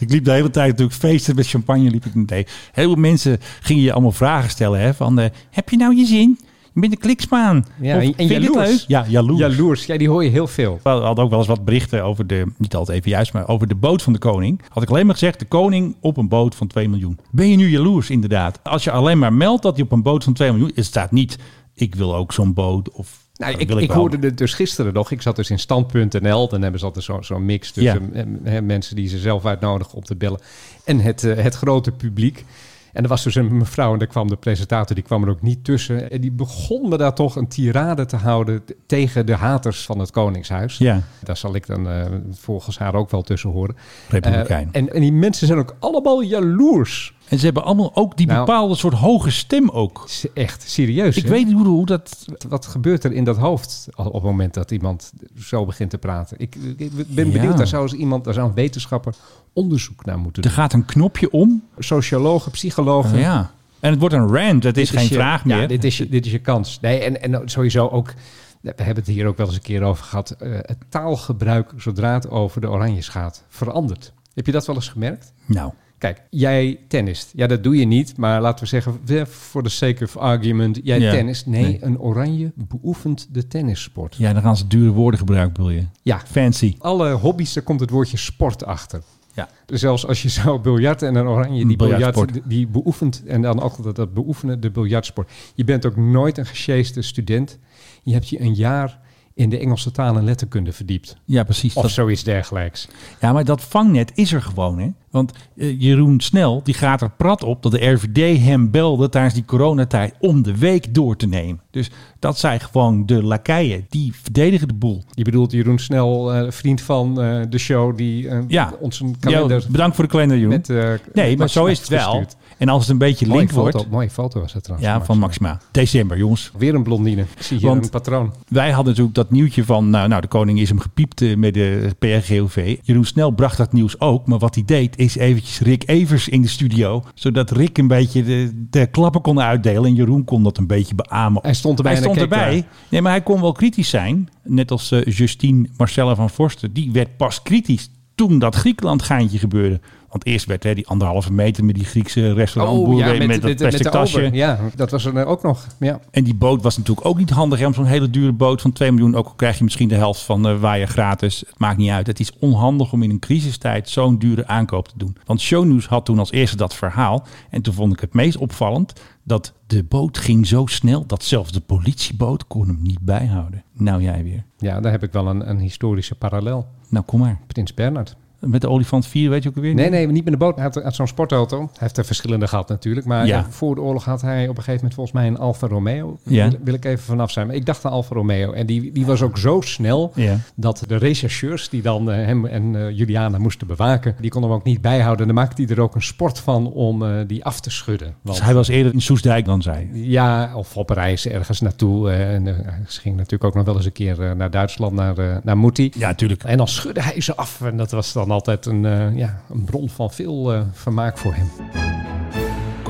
Speaker 4: Ik liep de hele tijd natuurlijk feesten met champagne liep ik meteen. Heel veel mensen gingen je allemaal vragen stellen. Hè, van, eh, heb je nou je zin? Je bent een kliksmaan.
Speaker 5: Ja, en- en
Speaker 4: vind je het
Speaker 5: jaloers.
Speaker 4: leuk? Ja, jaloers.
Speaker 5: jaloers, ja, die hoor je heel veel.
Speaker 4: We hadden ook wel eens wat berichten over de, niet altijd even juist, maar over de boot van de koning. Had ik alleen maar gezegd, de koning op een boot van 2 miljoen. Ben je nu jaloers inderdaad? Als je alleen maar meldt dat hij op een boot van 2 miljoen, het staat niet, ik wil ook zo'n boot of...
Speaker 5: Nou,
Speaker 4: dat
Speaker 5: ik,
Speaker 4: wil
Speaker 5: ik
Speaker 4: wel.
Speaker 5: hoorde het dus gisteren nog. Ik zat dus in stand.nl. Dan hebben ze altijd zo- zo'n mix tussen eh, hè, mensen die ze zelf uitnodigen om te bellen. En het, eh, het grote publiek. En er was dus een mevrouw en daar kwam de presentator, die kwam er ook niet tussen. En die begon me daar toch een tirade te houden t- tegen de haters van het Koningshuis.
Speaker 4: Ja,
Speaker 5: Daar zal ik dan eh, volgens haar ook wel tussen horen.
Speaker 4: republikein.
Speaker 5: Eh, en, en die mensen zijn ook allemaal jaloers.
Speaker 4: en ze hebben allemaal ook die
Speaker 5: Nou.
Speaker 4: bepaalde soort hoge stem ook.
Speaker 5: Is Echt serieus.
Speaker 4: Ik
Speaker 5: hè?
Speaker 4: weet niet hoe, hoe dat...
Speaker 5: Wat- Wat gebeurt er in dat hoofd al- op het moment dat iemand zo begint te praten? Ik, ik ben
Speaker 4: Ja.
Speaker 5: benieuwd, daar zou eens iemand, daar zou een wetenschapper onderzoek naar moeten
Speaker 4: Er
Speaker 5: doen.
Speaker 4: gaat een knopje om
Speaker 5: Sociologen, psychologen.
Speaker 4: Oh, ja. En het wordt een rant, het is
Speaker 5: Dit
Speaker 4: geen
Speaker 5: je-
Speaker 4: vraag
Speaker 5: ja,
Speaker 4: meer.
Speaker 5: dit, is je, dit is je kans. Nee, en, en sowieso ook We hebben het hier ook wel eens een keer over gehad. eh, het taalgebruik, zodra het over de Oranjes gaat, verandert. Heb je dat wel eens gemerkt?
Speaker 4: Nou,
Speaker 5: Kijk, jij tennist. Ja, dat doe je niet. Maar laten we zeggen, eh, for the sake of argument, jij
Speaker 4: Ja.
Speaker 5: tennist. Nee,
Speaker 4: Nee.
Speaker 5: een oranje beoefent de tennissport.
Speaker 4: ja, dan gaan ze dure woorden gebruiken, wil je?
Speaker 5: Ja,
Speaker 4: Fancy.
Speaker 5: alle hobby's, daar komt het woordje sport achter.
Speaker 4: Ja.
Speaker 5: Dus zelfs als je zou biljarten en een oranje die biljart,
Speaker 4: Biljartsport.
Speaker 5: die beoefent en dan altijd dat, dat beoefenen, de biljartsport. Je bent ook nooit een gesjeeste student. Je hebt je een jaar in de Engelse taal en letterkunde verdiept.
Speaker 4: Ja, precies.
Speaker 5: Of
Speaker 4: Dat-
Speaker 5: zoiets dergelijks.
Speaker 4: Ja, maar dat vangnet is er gewoon, hè? Want eh, Jeroen Snel, die gaat er prat op dat de RVD hem belde tijdens die coronatijd om de week door te nemen. Dus dat zijn gewoon de lakeien. Die verdedigen de boel.
Speaker 5: Je bedoelt Jeroen Snel, eh, vriend van eh, de show, die eh,
Speaker 4: Ja.
Speaker 5: ons een kalender
Speaker 4: Ja, bedankt voor de kalender, Jeroen.
Speaker 5: met... eh,
Speaker 4: nee, maar
Speaker 5: Max
Speaker 4: zo is het
Speaker 5: Max
Speaker 4: wel.
Speaker 5: verstuurd.
Speaker 4: En als het een beetje
Speaker 5: Mooie
Speaker 4: link
Speaker 5: foto,
Speaker 4: wordt...
Speaker 5: mooie foto was dat trouwens.
Speaker 4: Ja,
Speaker 5: Max.
Speaker 4: van Maxima. December, jongens.
Speaker 5: Weer een blondine. Ik zie hier
Speaker 4: Want-
Speaker 5: een patroon.
Speaker 4: Wij hadden natuurlijk dat nieuwtje van, nou, nou de koning is hem gepiept eh, met de PRGOV. Jeroen Snel bracht dat nieuws ook, maar wat hij deed is eventjes Rick Evers in de studio, zodat Rick een beetje de, de klappen kon uitdelen en Jeroen kon dat een beetje beamen.
Speaker 5: Hij stond erbij
Speaker 4: Hij
Speaker 5: en hij
Speaker 4: stond
Speaker 5: keek
Speaker 4: erbij. Nee, maar hij kon wel kritisch zijn, net als eh, Justine Marcella van Forster. Die werd pas kritisch toen dat Griekenland geintje gebeurde. Want eerst werd hè, die anderhalve meter met die Griekse restaurantboer weer met, dat plastic
Speaker 5: Oh, de
Speaker 4: tasje.
Speaker 5: ober. Ja, dat was er ook nog. Ja.
Speaker 4: En die boot was natuurlijk ook niet handig. hè, om Zo'n hele dure boot van 2 miljoen. Ook al krijg je misschien de helft van eh waaier gratis. Het maakt niet uit. Het is onhandig om in een crisistijd zo'n dure aankoop te doen. Want Shownews had toen als eerste dat verhaal. En toen vond ik het meest opvallend dat de boot ging zo snel... dat zelfs de politieboot kon hem niet bijhouden. Nou jij weer.
Speaker 5: ja, daar heb ik wel een, een historische parallel.
Speaker 4: Nou kom maar.
Speaker 5: Prins Bernhard.
Speaker 4: Met de olifant 4 weet je ook alweer?
Speaker 5: Nee, nee, niet met de boot. Hij had, had zo'n sportauto. Hij heeft er verschillende gehad natuurlijk. Maar
Speaker 4: Ja.
Speaker 5: eh, voor de oorlog had hij op een gegeven moment volgens mij een Alfa Romeo.
Speaker 4: Ja.
Speaker 5: Wil, wil ik even vanaf zijn. Maar ik dacht een Alfa Romeo. En die, die was ook zo snel
Speaker 4: Ja.
Speaker 5: dat de rechercheurs die dan eh, hem en eh, Juliana moesten bewaken, die konden hem ook niet bijhouden. Dan maakte hij er ook een sport van om eh, die af te schudden.
Speaker 4: Dus
Speaker 5: Want
Speaker 4: hij was eerder in Soesdijk dan zij.
Speaker 5: Ja, of op reis ergens naartoe. eh, en eh, ze ging natuurlijk ook nog wel eens een keer eh, naar Duitsland, naar, eh, naar Moetie.
Speaker 4: Ja, natuurlijk.
Speaker 5: En dan schudde hij ze af. En dat was dan altijd een, eh, ja, een bron van veel eh, vermaak voor hem.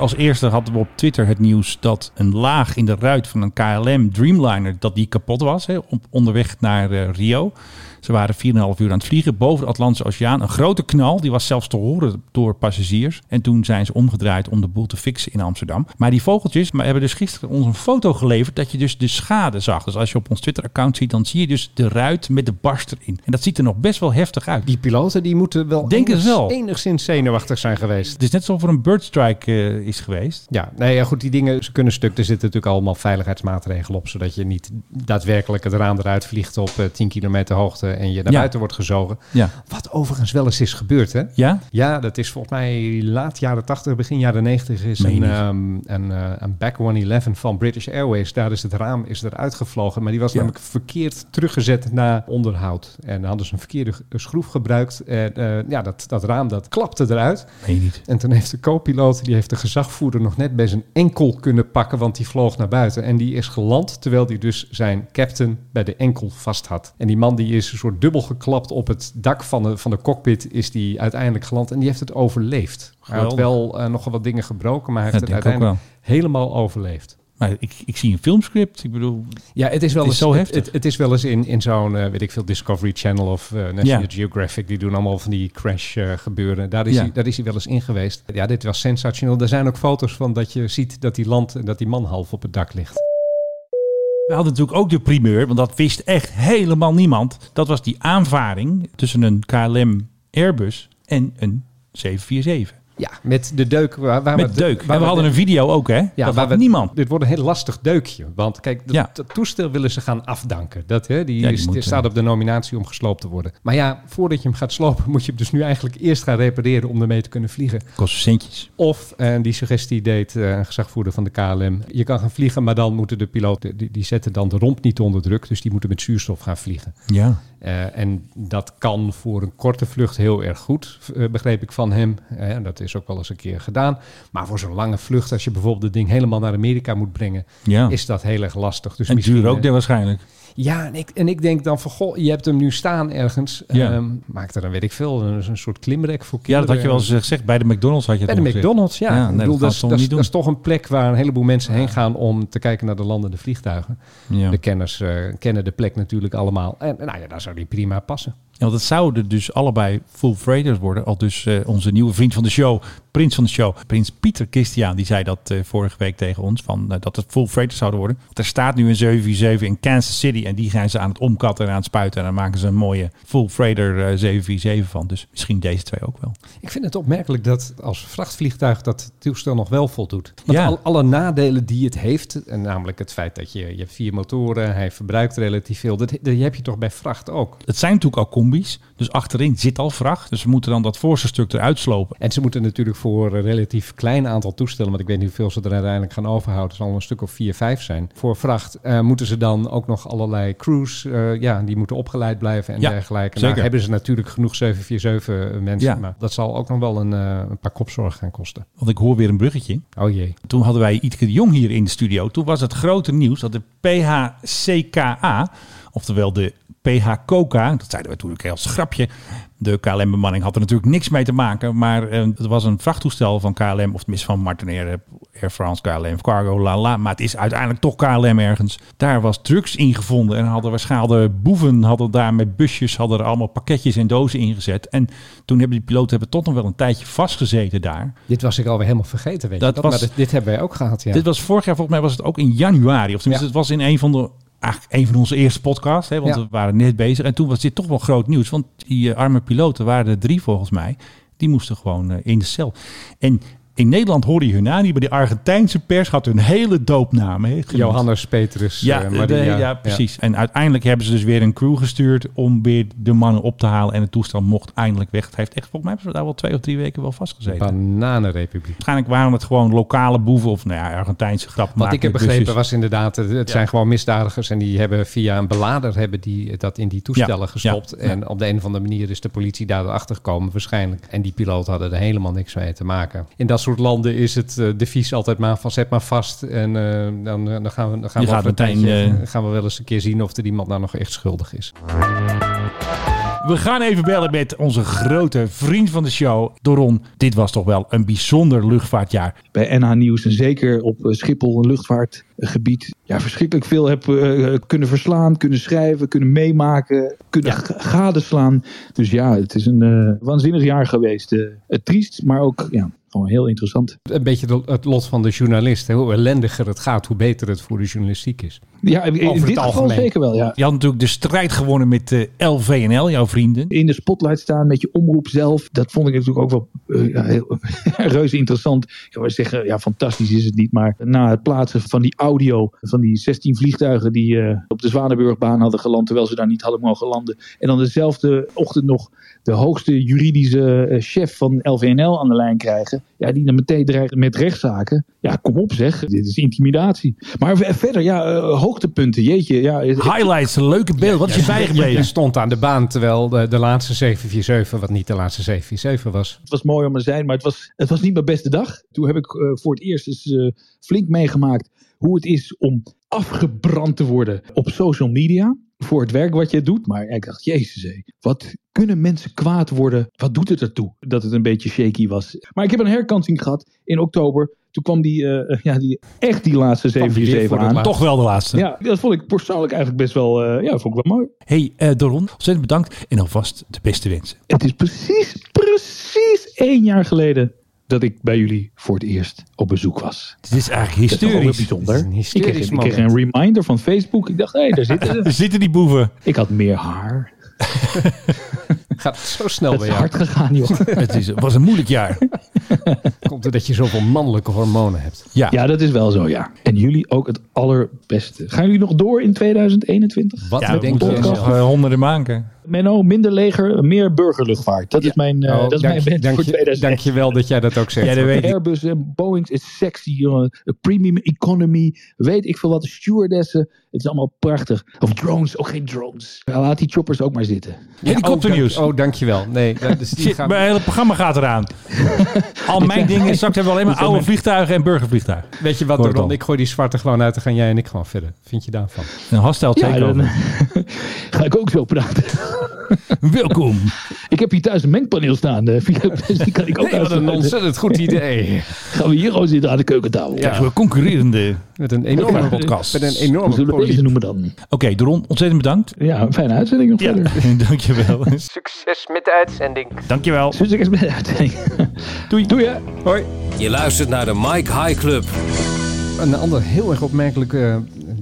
Speaker 4: Als eerste hadden we op Twitter het nieuws dat een laag in de ruit van een KLM Dreamliner dat die kapot was hè, op onderweg naar eh, Rio. Ze waren 4,5 uur aan het vliegen boven de Atlantische Oceaan. Een grote knal, die was zelfs te horen door passagiers. En toen zijn ze omgedraaid om de boel te fixen in Amsterdam. Maar die vogeltjes maar hebben dus gisteren ons een foto geleverd dat je dus de schade zag. Dus als je op ons Twitter-account ziet, dan zie je dus de ruit met de barst erin. En dat ziet er nog best wel heftig uit.
Speaker 5: Die piloten die moeten wel,
Speaker 4: Denk het
Speaker 5: enigszins-
Speaker 4: wel.
Speaker 5: enigszins zenuwachtig zijn geweest.
Speaker 4: Het is net alsof er een birdstrike eh, is geweest.
Speaker 5: Ja, nee, ja, goed, die dingen ze kunnen stuk. Er zitten natuurlijk allemaal veiligheidsmaatregelen op, zodat je niet daadwerkelijk het raam eruit vliegt op eh, 10 kilometer hoogte en je naar
Speaker 4: Ja.
Speaker 5: buiten wordt gezogen.
Speaker 4: Ja.
Speaker 5: Wat overigens wel eens is gebeurd, hè?
Speaker 4: Ja?
Speaker 5: Ja, dat is volgens mij laat jaren 80, begin jaren 90 is
Speaker 4: Meen
Speaker 5: een,
Speaker 4: je niet?
Speaker 5: ehm, een, eh, een Back 111 van British Airways. Daar is het raam is eruit gevlogen, maar die was
Speaker 4: Ja.
Speaker 5: namelijk verkeerd teruggezet na onderhoud. En dan hadden ze een verkeerde g- schroef gebruikt. En eh, ja, dat, dat raam dat klapte eruit.
Speaker 4: Nee, niet.
Speaker 5: En toen heeft de co-piloot, die heeft de gezagvoerder nog net bij zijn enkel kunnen pakken, want die vloog naar buiten. En die is geland, terwijl die dus zijn captain bij de enkel vast had. En die man die is een soort dubbel geklapt op het dak van de, van de cockpit, is die uiteindelijk geland. En die heeft het overleefd. Hij had wel eh, nogal wat dingen gebroken, maar hij heeft
Speaker 4: Dat
Speaker 5: het
Speaker 4: denk ik ook
Speaker 5: uiteindelijk helemaal overleefd.
Speaker 4: Maar ik, ik zie een filmscript. Ik bedoel,
Speaker 5: Ja, het is wel
Speaker 4: Het is
Speaker 5: eens
Speaker 4: zo
Speaker 5: het-
Speaker 4: heftig.
Speaker 5: Het, het is wel eens in, in zo'n, eh, weet ik veel, Discovery Channel of eh, National
Speaker 4: Ja.
Speaker 5: Geographic. Die doen allemaal van die crash eh, gebeuren. Daar is,
Speaker 4: Ja.
Speaker 5: hij, daar is hij wel eens in geweest. Ja, dit was sensationeel. Er zijn ook foto's van dat je ziet dat die land en dat die man half op het dak ligt.
Speaker 4: We hadden natuurlijk ook de primeur, want dat wist echt helemaal niemand. Dat was die aanvaring tussen een KLM Airbus en een 747.
Speaker 5: Ja, met de deuk. Waar, waar
Speaker 4: Met
Speaker 5: we-
Speaker 4: deuk.
Speaker 5: waar
Speaker 4: En we hadden een video ook, hè? Ja, dat
Speaker 5: waar
Speaker 4: had
Speaker 5: we-
Speaker 4: niemand.
Speaker 5: Dit wordt een heel lastig deukje. Want kijk, dat,
Speaker 4: Ja.
Speaker 5: dat toestel willen ze gaan afdanken. Dat, hè, die
Speaker 4: Ja, die
Speaker 5: is-
Speaker 4: moet, eh.
Speaker 5: staat op de nominatie om gesloopt te worden. Maar ja, voordat je hem gaat slopen, (laughs) moet je hem dus nu eigenlijk eerst gaan repareren om ermee te kunnen vliegen.
Speaker 4: Kost centjes.
Speaker 5: Of, en die suggestie deed eh, een gezagvoerder van de KLM, je kan gaan vliegen, maar dan moeten de piloten, die, die zetten dan de romp niet onder druk, dus die moeten met zuurstof gaan vliegen.
Speaker 4: Ja.
Speaker 5: Eh, en dat kan voor een korte vlucht heel erg goed, eh, begreep ik van hem. Eh, dat is ook wel eens een keer gedaan. Maar voor zo'n lange vlucht, als je bijvoorbeeld het ding helemaal naar Amerika moet brengen,
Speaker 4: Ja.
Speaker 5: is dat heel erg lastig. Dus
Speaker 4: En
Speaker 5: misschien,
Speaker 4: duur ook
Speaker 5: eh,
Speaker 4: dit waarschijnlijk.
Speaker 5: ja, en ik, en ik denk dan van, goh, je hebt hem nu staan ergens.
Speaker 4: Ja.
Speaker 5: Ehm, maak er dan, weet ik veel, een, een soort klimrek voor
Speaker 4: Ja,
Speaker 5: kinderen.
Speaker 4: dat had je wel eens eh, gezegd. Bij de McDonald's had je
Speaker 5: Bij
Speaker 4: het
Speaker 5: de
Speaker 4: al gezegd.
Speaker 5: McDonald's, ja.
Speaker 4: nee,
Speaker 5: ik
Speaker 4: dat
Speaker 5: bedoel,
Speaker 4: gaan
Speaker 5: dat,
Speaker 4: ze
Speaker 5: is,
Speaker 4: toch
Speaker 5: dat, is,
Speaker 4: niet doen.
Speaker 5: dat is toch een plek waar een heleboel mensen heen gaan om te kijken naar de landende vliegtuigen.
Speaker 4: Ja.
Speaker 5: De kenners eh, kennen de plek natuurlijk allemaal. En nou ja, daar zou die prima passen.
Speaker 4: Ja, want het zouden dus allebei full freighters worden. Al dus eh, onze nieuwe vriend van de show, prins van de show, prins Pieter Christian, die zei dat eh, vorige week tegen ons, van, eh, dat het full freighters zouden worden. Want er staat nu een 747 in Kansas City en die gaan ze aan het omkatten en aan het spuiten. En dan maken ze een mooie full freighter eh, 747 van. Dus misschien deze twee ook wel.
Speaker 5: Ik vind het opmerkelijk dat als vrachtvliegtuig dat toestel nog wel voldoet. Want
Speaker 4: Ja.
Speaker 5: al, alle nadelen die het heeft, en namelijk het feit dat je, je hebt vier motoren, hij verbruikt relatief veel. Dat, dat heb je toch bij vracht ook.
Speaker 4: Het zijn natuurlijk al combis, dus achterin zit al vracht. Dus we moeten dan dat voorste stuk eruit slopen.
Speaker 5: En ze moeten natuurlijk voor een relatief klein aantal toestellen, want ik weet niet hoeveel ze er uiteindelijk gaan overhouden, het zal een stuk of vier, vijf zijn. Voor vracht eh, moeten ze dan ook nog allerlei crews, eh, ja, die moeten opgeleid blijven en
Speaker 4: Ja,
Speaker 5: dergelijke.
Speaker 4: zeker.
Speaker 5: Nou, hebben ze natuurlijk genoeg 747 eh, mensen,
Speaker 4: Ja.
Speaker 5: maar dat zal ook nog wel een, eh, een paar kopzorg gaan kosten.
Speaker 4: Want ik hoor weer een bruggetje.
Speaker 5: Oh jee.
Speaker 4: Toen hadden wij Ietke de Jong hier in de studio. Toen was het grote nieuws dat de PHCKA, oftewel de PHCOCA, dat zeiden we toen ook als grapje. De KLM-bemanning had er natuurlijk niks mee te maken. Maar eh, het was een vrachttoestel van KLM, of tenminste van Martinair, eh, Air France, KLM, Cargo, la la. Maar het is uiteindelijk toch KLM ergens. Daar was drugs ingevonden en hadden waarschijnlijk boeven, hadden daar met busjes, hadden er allemaal pakketjes en dozen ingezet. En toen hebben die piloten hebben toch nog wel een tijdje vastgezeten daar.
Speaker 5: Dit was ik alweer helemaal vergeten, weet
Speaker 4: Dat
Speaker 5: je. Dat,
Speaker 4: was-
Speaker 5: maar dit, dit hebben wij ook gehad, ja.
Speaker 4: Dit was vorig jaar, volgens mij was het ook in januari. Of tenminste,
Speaker 5: Ja.
Speaker 4: het was in een van de. Eigenlijk een van onze eerste podcasts, hè, want
Speaker 5: Ja.
Speaker 4: we waren net bezig. En toen was dit toch wel groot nieuws, want die eh, arme piloten waren er drie volgens mij. Die moesten gewoon eh, in de cel. En in Nederland hoorde je hun aan, maar de Argentijnse pers had hun hele doopnaam. Hè, genoemd.
Speaker 5: Johannes Petrus.
Speaker 4: Ja,
Speaker 5: eh,
Speaker 4: de-
Speaker 5: Maria.
Speaker 4: ja, precies. En uiteindelijk hebben ze dus weer een crew gestuurd om weer de mannen op te halen. En het toestel mocht eindelijk weg. Het heeft echt, volgens mij hebben ze daar wel twee of drie weken wel vastgezeten.
Speaker 5: Bananenrepubliek.
Speaker 4: Waarschijnlijk waren het gewoon lokale boeven of nou ja, Argentijnse grap.
Speaker 5: Wat ik heb begrepen was inderdaad, het het zijn gewoon misdadigers en die hebben via een belader hebben die dat in die toestellen
Speaker 4: Ja,
Speaker 5: gestopt.
Speaker 4: ja, ja.
Speaker 5: En op de een of andere manier is de politie daar achter gekomen waarschijnlijk. En die piloot hadden er helemaal niks mee te maken. In dat soort landen is het eh, devies altijd maar van zet maar vast en eh, dan, eh, dan gaan we, dan gaan
Speaker 4: Je
Speaker 5: we
Speaker 4: gaat
Speaker 5: over een
Speaker 4: meteen,
Speaker 5: tijdje,
Speaker 4: eh,
Speaker 5: eh, gaan we wel eens een keer zien of er iemand nou nog echt schuldig is.
Speaker 4: We gaan even bellen met onze grote vriend van de show, Doron. Dit was toch wel een bijzonder luchtvaartjaar.
Speaker 10: bij NH Nieuws en zeker op eh, Schiphol, een luchtvaartgebied, ja, verschrikkelijk veel heb eh, eh, kunnen verslaan, kunnen schrijven, kunnen meemaken, kunnen
Speaker 4: Ja.
Speaker 10: g- gadeslaan. Dus ja, het is een eh, waanzinnig jaar geweest. Eh, eh, triest, maar ook ja, gewoon heel interessant.
Speaker 5: Een beetje de- het lot van de journalist. Hè? Hoe ellendiger het gaat, hoe beter het voor de journalistiek is.
Speaker 10: Ja, in, in
Speaker 5: Over het
Speaker 10: dit geval
Speaker 5: algemeen.
Speaker 10: zeker wel, ja.
Speaker 4: Je had natuurlijk de strijd gewonnen met eh, LVNL, jouw vrienden.
Speaker 10: In de spotlight staan met je omroep zelf. Dat vond ik natuurlijk ook wel eh, ja, heel, (laughs) reuze interessant. Ik wil zeggen, ja, fantastisch is het niet. Maar na het plaatsen van die audio van die 16 vliegtuigen die eh, op de Zwanenburgbaan hadden geland. terwijl ze daar niet hadden mogen landen. En dan dezelfde ochtend nog de hoogste juridische eh, chef van LVNL aan de lijn krijgen. Ja, die dan meteen dreigt met rechtszaken. Ja, kom op zeg. Dit is intimidatie. Maar ver- verder, ja, eh, hoogtepunten. Jeetje, ja. het-
Speaker 4: Highlights, een leuke beeld. Wat is je
Speaker 5: Hij
Speaker 4: bijgebleven?
Speaker 5: stond aan de baan, terwijl de, de laatste 747, wat niet de laatste 747 was,
Speaker 10: Het was mooi om er te zijn, maar het was, het was niet mijn beste dag. Toen heb ik eh, voor het eerst eens eh, flink meegemaakt hoe het is om afgebrand te worden op social media. Voor het werk wat je doet. Maar ik dacht, jezus hé, wat kunnen mensen kwaad worden? Wat doet het ertoe dat het een beetje shaky was? Maar ik heb een herkansing gehad in oktober. Toen kwam die, eh, ja, die echt die laatste
Speaker 5: Kwam die weer
Speaker 10: 747
Speaker 5: voor de
Speaker 10: aan.
Speaker 5: laatste.
Speaker 4: Toch wel de laatste.
Speaker 10: Ja, dat vond ik persoonlijk eigenlijk best wel, eh, ja, vond ik wel mooi.
Speaker 4: hey, eh, Doron, ontzettend bedankt en alvast de beste wensen.
Speaker 10: Het is precies, precies één jaar geleden dat ik bij jullie voor het eerst op bezoek was.
Speaker 4: Dit is eigenlijk
Speaker 10: Dat is toch wel weer
Speaker 4: historisch.
Speaker 10: bijzonder.
Speaker 5: Dit is een
Speaker 10: Ik
Speaker 5: hysterisch
Speaker 10: kreeg, ik kreeg
Speaker 5: moment.
Speaker 10: een reminder van Facebook. Ik dacht, hé, daar zitten
Speaker 5: (laughs)
Speaker 10: ze.
Speaker 4: Er zitten die boeven.
Speaker 10: Ik had meer haar.
Speaker 5: Gaat het zo snel
Speaker 10: Dat
Speaker 5: bij
Speaker 10: is
Speaker 5: jou?
Speaker 10: hard gegaan,
Speaker 5: (laughs)
Speaker 10: joh.
Speaker 4: Het is, was een moeilijk jaar.
Speaker 5: Komt er dat je zoveel mannelijke hormonen hebt?
Speaker 4: Ja.
Speaker 10: Ja, dat is wel zo, ja. En jullie ook het allerbeste. Gaan jullie nog door in 2021?
Speaker 5: Wat
Speaker 4: Ja, we
Speaker 5: denk je?
Speaker 4: moeten
Speaker 10: podcast.
Speaker 4: nog eh, honderden maken.
Speaker 10: Menno, minder leger, meer burgerluchtvaart. Dat is mijn, eh,
Speaker 5: Oh,
Speaker 10: dat is
Speaker 5: dank,
Speaker 10: mijn band
Speaker 5: dank
Speaker 10: voor
Speaker 5: je,
Speaker 10: 2011.
Speaker 5: dank je wel dat jij dat ook zegt.
Speaker 4: Ja, dat weet ik.
Speaker 10: Airbus en Boeing is sexy, jongen. Premium economy. Weet ik veel wat. Stewardessen. Het is allemaal prachtig. Of drones. Ook geen drones. Ja, Laat die choppers ook maar zitten.
Speaker 4: Helikopternieuws.
Speaker 5: Oh, dank je wel. Nee, dat- dus die
Speaker 4: Shit,
Speaker 5: gaan-
Speaker 4: mijn hele programma gaat eraan. Al mijn dingen, straks hebben we alleen maar oude vliegtuigen en burgervliegtuigen.
Speaker 5: Weet je wat,
Speaker 4: Hoort
Speaker 5: Ron?
Speaker 4: al.
Speaker 5: Ik gooi die zwarte gewoon uit. Dan gaan jij en ik gewoon verder. Vind je daarvan?
Speaker 4: Nou, Hastel
Speaker 10: Ja,
Speaker 4: zeker
Speaker 10: dan eh,
Speaker 4: over.
Speaker 10: (laughs) ga ik ook zo praten.
Speaker 4: (laughs) Welkom.
Speaker 10: Ik heb hier thuis een mengpaneel staan. eh, via- Dus die kan ik ook
Speaker 5: Nee, wat een
Speaker 10: aansluiten.
Speaker 5: ontzettend goed idee.
Speaker 10: Gaan we hier gewoon zitten aan de keukentafel.
Speaker 5: Ja.
Speaker 4: Zo'n concurrerende.
Speaker 5: Met een enorme
Speaker 4: Oké.
Speaker 5: podcast. Met een
Speaker 10: We
Speaker 5: enorme
Speaker 10: zullen we deze
Speaker 5: poly.
Speaker 10: noemen dan.
Speaker 4: Oké, Doron, ontzettend bedankt.
Speaker 10: Ja, een fijne uitzending nog verder.
Speaker 4: (laughs) Dankjewel.
Speaker 8: Succes met de uitzending.
Speaker 4: Dankjewel.
Speaker 10: Dus ik is met de (laughs) uitzending. Doei. Doei hè.
Speaker 5: Hoi.
Speaker 6: Je luistert naar de Mike High Club.
Speaker 5: Een ander heel erg opmerkelijk eh,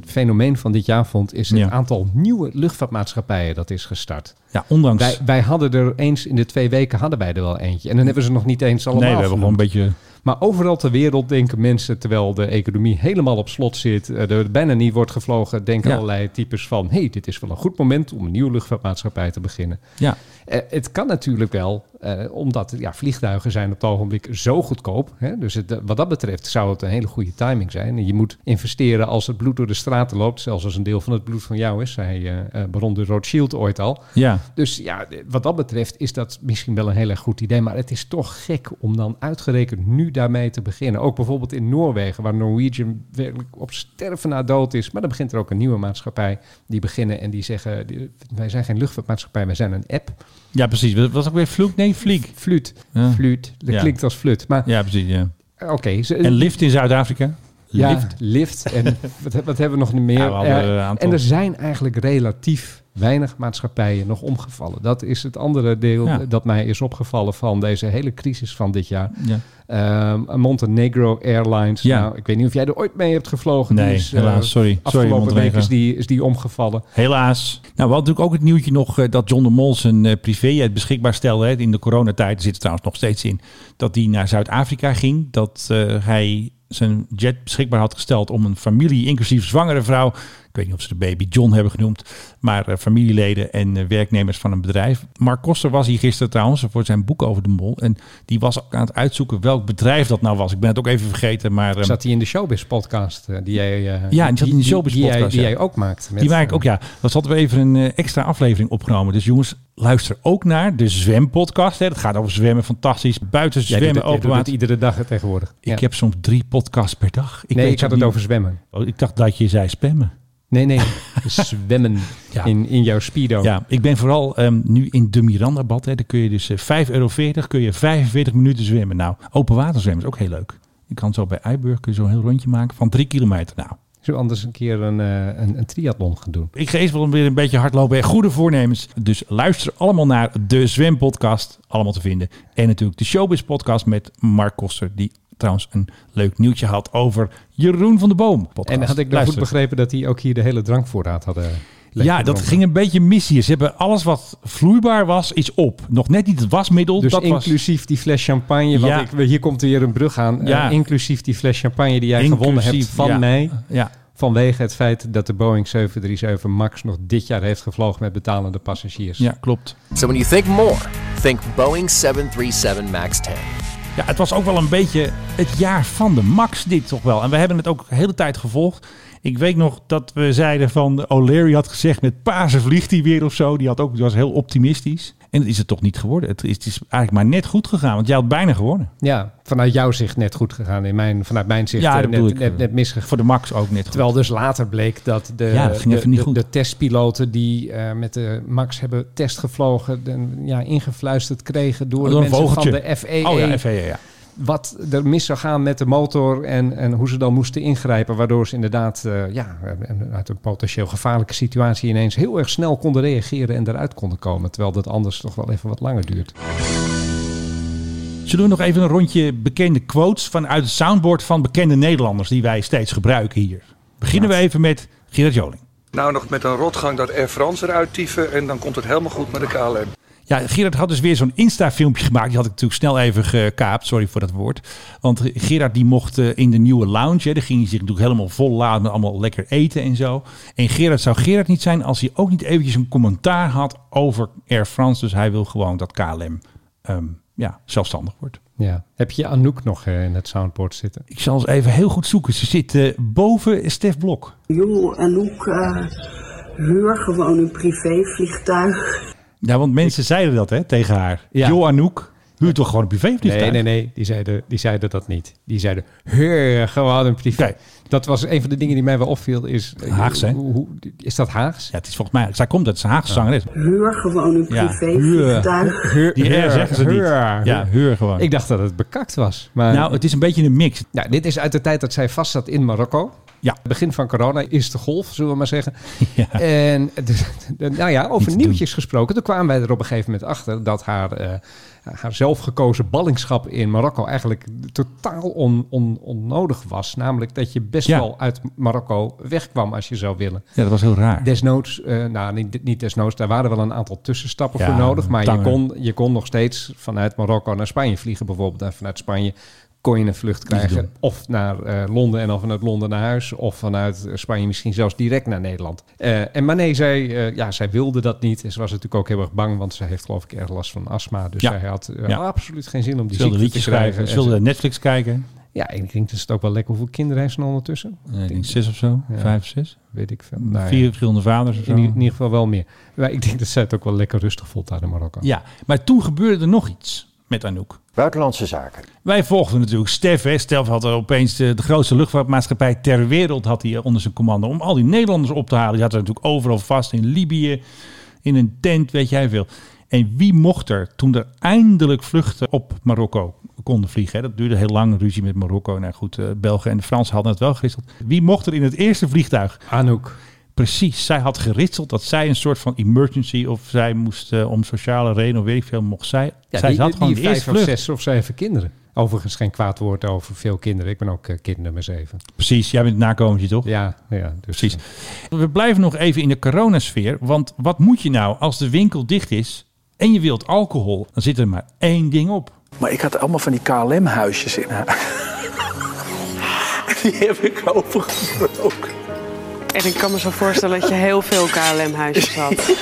Speaker 5: fenomeen van dit jaar vond... is het
Speaker 4: Ja.
Speaker 5: aantal nieuwe luchtvaartmaatschappijen dat is gestart.
Speaker 4: Ja, ondanks...
Speaker 5: Wij, wij hadden er eens in de twee weken hadden wij er wel eentje. En dan hebben ze nog niet eens allemaal
Speaker 4: nee, we hebben gewoon een
Speaker 5: genoemd.
Speaker 4: beetje...
Speaker 5: Maar overal ter wereld denken mensen, terwijl de economie helemaal op slot zit, eh, er bijna niet wordt gevlogen, denken
Speaker 4: Ja.
Speaker 5: allerlei types van: hey, dit is wel een goed moment om een nieuwe luchtvaartmaatschappij te beginnen.
Speaker 4: Ja,
Speaker 5: Eh, het kan natuurlijk wel, eh, omdat ja, vliegtuigen zijn op het ogenblik zo goedkoop. Hè? Dus het, eh, wat dat betreft zou het een hele goede timing zijn. En je moet investeren als het bloed door de straten loopt, zelfs als een deel van het bloed van jou is, zei eh, eh, Baron de Rothschild ooit al.
Speaker 4: ja.
Speaker 5: Dus ja, wat dat betreft is dat misschien wel een heel erg goed idee. Maar het is toch gek om dan uitgerekend nu daarmee te beginnen. Ook bijvoorbeeld in Noorwegen, waar Norwegian werkelijk op sterven na dood is. Maar dan begint er ook een nieuwe maatschappij. Die beginnen en die zeggen, die- wij zijn geen luchtvaartmaatschappij, wij zijn een app.
Speaker 4: ja, precies. Wat was ook weer Vloek? Nee, Vliek.
Speaker 5: Fluut,
Speaker 4: Ja.
Speaker 5: fluut. Dat
Speaker 4: Ja.
Speaker 5: klinkt als flut. Maar
Speaker 4: Ja, precies. Ja.
Speaker 5: oké. ze-
Speaker 10: Eh,
Speaker 4: En Lift in Zuid-Afrika.
Speaker 5: ja,
Speaker 4: Lift.
Speaker 5: lift. En
Speaker 4: (laughs)
Speaker 5: wat, he- wat hebben we nog meer?
Speaker 4: Ja, we hadden
Speaker 5: Eh,
Speaker 4: een aantal.
Speaker 5: en er zijn eigenlijk relatief weinig maatschappijen nog omgevallen. Dat is het andere deel
Speaker 4: Ja.
Speaker 5: dat mij is opgevallen van deze hele crisis van dit jaar.
Speaker 4: Ja.
Speaker 5: Ehm, Montenegro Airlines.
Speaker 4: Ja.
Speaker 5: Nou, ik weet niet of jij er ooit mee hebt gevlogen.
Speaker 4: Nee,
Speaker 5: eh,
Speaker 4: helaas. Sorry. Sorry,
Speaker 5: Afgelopen week
Speaker 4: Montenegro.
Speaker 5: is die, is die omgevallen.
Speaker 4: Helaas. Nou, we hadden natuurlijk ook het nieuwtje nog eh, dat John de Mol zijn eh, privéjet beschikbaar stelde. Hè, in de coronatijd er zit het trouwens nog steeds in. Dat hij naar Zuid-Afrika ging. Dat eh, hij zijn jet beschikbaar had gesteld om een familie, inclusief zwangere vrouw. Ik weet niet of ze de baby John hebben genoemd. Maar eh, familieleden en eh, werknemers van een bedrijf. Mark Koster was hier gisteren trouwens voor zijn boek over de Mol. En die was ook aan het uitzoeken welk bedrijf dat nou was. Ik ben het ook even vergeten. Maar eh,
Speaker 5: Zat hij in de Showbiz podcast eh, die jij... eh,
Speaker 4: Ja, die zat in de Showbiz
Speaker 5: die, jij,
Speaker 4: podcast,
Speaker 5: die
Speaker 4: ja.
Speaker 5: jij ook maakt. met,
Speaker 4: Die maak ik
Speaker 5: eh,
Speaker 4: ook, ja. Dat hadden we even een eh, extra aflevering opgenomen. Dus jongens, luister ook naar de Zwempodcast. Hè. Dat gaat over zwemmen, fantastisch. Buiten
Speaker 5: Jij doet,
Speaker 4: zwemmen,
Speaker 5: het- jij
Speaker 4: open
Speaker 5: doet het
Speaker 4: water.
Speaker 5: iedere dag hè, tegenwoordig.
Speaker 4: Ik
Speaker 5: Ja.
Speaker 4: heb soms drie podcasts per dag. Ik
Speaker 5: nee,
Speaker 4: weet
Speaker 5: ik had
Speaker 4: ook
Speaker 5: het
Speaker 4: niet-
Speaker 5: over zwemmen.
Speaker 4: Oh, ik dacht dat je zei spammen.
Speaker 5: Nee,
Speaker 4: (laughs)
Speaker 5: nee. Zwemmen
Speaker 4: Ja.
Speaker 5: in, in jouw speedo.
Speaker 4: Ja, ik ben vooral ehm, nu in de Mirandabad. Hè. Daar kun je dus eh, 5,40 euro kun je 45 minuten zwemmen. Nou, open water zwemmen is ook heel leuk. Je kan zo bij Eiburg kun je zo'n heel rondje maken van drie kilometer. Nou,
Speaker 5: Zullen we anders een keer een, eh, een, een triathlon gaan doen?
Speaker 4: ik ga eerst wel weer een beetje hardlopen. en Goede voornemens. Dus luister allemaal naar de Zwempodcast. Allemaal te vinden. En natuurlijk de Showbiz podcast met Mark Koster. Die trouwens een leuk nieuwtje had over Jeroen van de Boom. Podcast.
Speaker 5: En had ik nou goed
Speaker 4: Luister.
Speaker 5: begrepen dat die ook hier de hele drankvoorraad hadden eh,
Speaker 4: Ja, dat ging een beetje mis hier. Ze hebben alles wat vloeibaar was, is op. Nog net niet het wasmiddel.
Speaker 5: Dus
Speaker 4: dat was...
Speaker 5: inclusief die fles champagne. Want
Speaker 4: Ja.
Speaker 5: ik, hier komt weer een brug aan. Eh,
Speaker 4: Ja.
Speaker 5: inclusief die fles champagne die jij gewonnen hebt
Speaker 4: Inclusief,
Speaker 5: van
Speaker 4: ja.
Speaker 5: mij.
Speaker 4: Ja,
Speaker 5: Vanwege het feit dat de Boeing 737 MAX nog dit jaar heeft gevlogen met betalende passagiers.
Speaker 4: ja, klopt.
Speaker 12: So when you think more, think Boeing 737 MAX 10.
Speaker 4: Ja, het was ook wel een beetje het jaar van de Max dit toch wel. En we hebben het ook de hele tijd gevolgd. Ik weet nog dat we zeiden van O'Leary had gezegd met Pasen vliegt hij weer of zo. Die, had ook, die was heel optimistisch. En dat is het toch niet geworden. Het is, het is eigenlijk maar net goed gegaan, want jij had bijna gewonnen.
Speaker 5: Ja, vanuit jouw zicht net goed gegaan. In mijn, vanuit mijn zicht
Speaker 4: Ja,
Speaker 5: eh,
Speaker 4: dat
Speaker 5: net,
Speaker 4: bedoel ik.
Speaker 5: net, net misgegaan.
Speaker 4: Voor de Max ook net goed.
Speaker 5: Terwijl dus later bleek dat de,
Speaker 4: Ja, dat ging
Speaker 5: de,
Speaker 4: even niet
Speaker 5: de-
Speaker 4: goed.
Speaker 5: de testpiloten die eh, met de Max hebben test gevlogen, de- ja, ingefluisterd kregen door,
Speaker 4: Oh, Door
Speaker 5: de
Speaker 4: een
Speaker 5: mensen
Speaker 4: vogeltje.
Speaker 5: van de E FEE.
Speaker 4: oh ja, FAA, ja.
Speaker 5: Wat er mis zou gaan met de motor en, en hoe ze dan moesten ingrijpen. Waardoor ze inderdaad eh, ja, en uit een potentieel gevaarlijke situatie ineens heel erg snel konden reageren en eruit konden komen. Terwijl dat anders toch wel even wat langer duurt.
Speaker 4: Zullen we nog even een rondje bekende quotes vanuit het soundboard van bekende Nederlanders die wij steeds gebruiken hier. Beginnen we even met Gerard Joling.
Speaker 13: Nou, nog met een rotgang dat Air France eruit tyfen en dan komt het helemaal goed met de KLM.
Speaker 4: Ja, Gerard had dus weer zo'n Insta-filmpje gemaakt. Die had ik natuurlijk snel even gekaapt. Sorry voor dat woord. Want Gerard die mocht eh, in de nieuwe lounge. Hè, daar ging hij zich natuurlijk helemaal vol laden. met Allemaal lekker eten en zo. En Gerard zou Gerard niet zijn als hij ook niet eventjes een commentaar had over Air France. Dus hij wil gewoon dat KLM ehm, ja, zelfstandig wordt.
Speaker 5: Ja. Heb je Anouk nog eh, in het soundboard zitten?
Speaker 4: Ik zal eens even heel goed zoeken. Ze zit eh, boven Stef Blok.
Speaker 13: Joh, en ook eh, huur gewoon een privévliegtuig.
Speaker 4: Ja, want mensen zeiden dat hè, tegen haar.
Speaker 5: Ja.
Speaker 4: Jo Anouk, huur toch gewoon een privévliegtuig?
Speaker 5: Nee, nee, nee. Die zeiden, die zeiden dat niet. Die zeiden, heur, gewoon een privé. Dat was een van de dingen die mij wel opviel. Is, eh,
Speaker 4: Haags, hè?
Speaker 5: hoe- hoe- is dat Haags?
Speaker 4: Ja, het is volgens mij... Zij komt uit zijn Haagse zangeres.
Speaker 13: Huur gewoon een
Speaker 4: Ja,
Speaker 13: privévliegtuig.
Speaker 4: Die R zeggen ze niet. Ja, huur gewoon.
Speaker 5: Ik dacht dat het bekakt was. Maar
Speaker 4: Nou, het is een beetje een mix.
Speaker 5: Ja, Nou, dit is uit de tijd dat zij vast zat in Marokko.
Speaker 4: Ja.
Speaker 5: Begin van corona, eerste golf, zullen we maar
Speaker 4: (laughs)
Speaker 5: zeggen. En dus, nou ja,
Speaker 4: Niet
Speaker 5: over
Speaker 4: te
Speaker 5: nieuwtjes gesproken. Toen kwamen wij er op een gegeven moment achter dat haar, eh, haar zelfgekozen ballingschap in Marokko eigenlijk totaal on, on- onnodig was. Namelijk dat je best
Speaker 4: Ja.
Speaker 5: wel uit Marokko wegkwam als je zou willen.
Speaker 4: Ja, dat was heel raar.
Speaker 5: Desnoods, eh, nou niet, niet desnoods, daar waren wel een aantal tussenstappen
Speaker 4: Ja,
Speaker 5: voor nodig. Maar je
Speaker 4: tanger.
Speaker 5: kon, je kon nog steeds vanuit Marokko naar Spanje vliegen bijvoorbeeld. En vanuit Spanje kon je een vlucht krijgen.
Speaker 4: doen.
Speaker 5: Of naar eh, Londen en dan vanuit Londen naar huis. Of vanuit eh, Spanje misschien zelfs direct naar Nederland. Eh, en maar nee, zij, eh, ja, zij wilde dat niet. En ze was natuurlijk ook heel erg bang, want ze heeft geloof ik erg last van astma. Dus
Speaker 4: Ja.
Speaker 5: zij had eh,
Speaker 4: Ja.
Speaker 5: absoluut geen zin om die
Speaker 4: Ze wilde
Speaker 5: ziekte te
Speaker 4: liedjes schrijven,
Speaker 5: krijgen.
Speaker 4: ze
Speaker 5: En ze-
Speaker 4: wilde Netflix kijken.
Speaker 5: ja, en ik denk dat het ook wel lekker hoeveel kinderen heeft ze nou ondertussen.
Speaker 4: Eh, Ik denk zes of zo,
Speaker 5: Ja.
Speaker 4: vijf of zes.
Speaker 5: Weet ik veel. ja.
Speaker 4: Vier verschillende vaders of zo.
Speaker 5: In, i- in ieder geval wel meer. Maar ik denk dat zij het ook wel lekker rustig voelt daar in Marokko.
Speaker 4: Ja, maar toen gebeurde er nog iets met Anouk.
Speaker 14: Buitenlandse zaken.
Speaker 4: Wij volgden natuurlijk Stef. Hè. Stef had er opeens de, de grootste luchtvaartmaatschappij ter wereld had hij eh, onder zijn commando. Om al die Nederlanders op te halen. Die had er natuurlijk overal vast in Libië, in een tent, weet jij veel. En wie mocht er toen er eindelijk vluchten op Marokko konden vliegen? Hè? Dat duurde heel lang, ruzie met Marokko. Nou goed, eh, Belgen en de Fransen hadden het wel geritseld. Wie mocht er in het eerste vliegtuig?
Speaker 5: Anouk.
Speaker 4: Precies, zij had geritseld dat zij een soort van emergency of zij moest eh, om sociale redenen, weet ik veel, mocht zij. zij
Speaker 5: die,
Speaker 4: had
Speaker 5: die
Speaker 4: gewoon de
Speaker 5: vijf
Speaker 4: eerste
Speaker 5: of
Speaker 4: vlucht.
Speaker 5: zes of zeven kinderen. Overigens geen kwaad woord over veel kinderen. Ik ben ook eh, kind nummer zeven.
Speaker 4: Precies, jij bent het nakomertje toch?
Speaker 5: Ja, ja dus, eh,
Speaker 4: precies. We blijven nog even in de coronasfeer. Want wat moet je nou als de winkel dicht is en je wilt alcohol? Dan zit er maar één ding op.
Speaker 15: Maar ik had allemaal van die KLM-huisjes in haar. die heb ik overgebroken.
Speaker 16: En ik kan me zo voorstellen dat je heel veel KLM-huisjes had.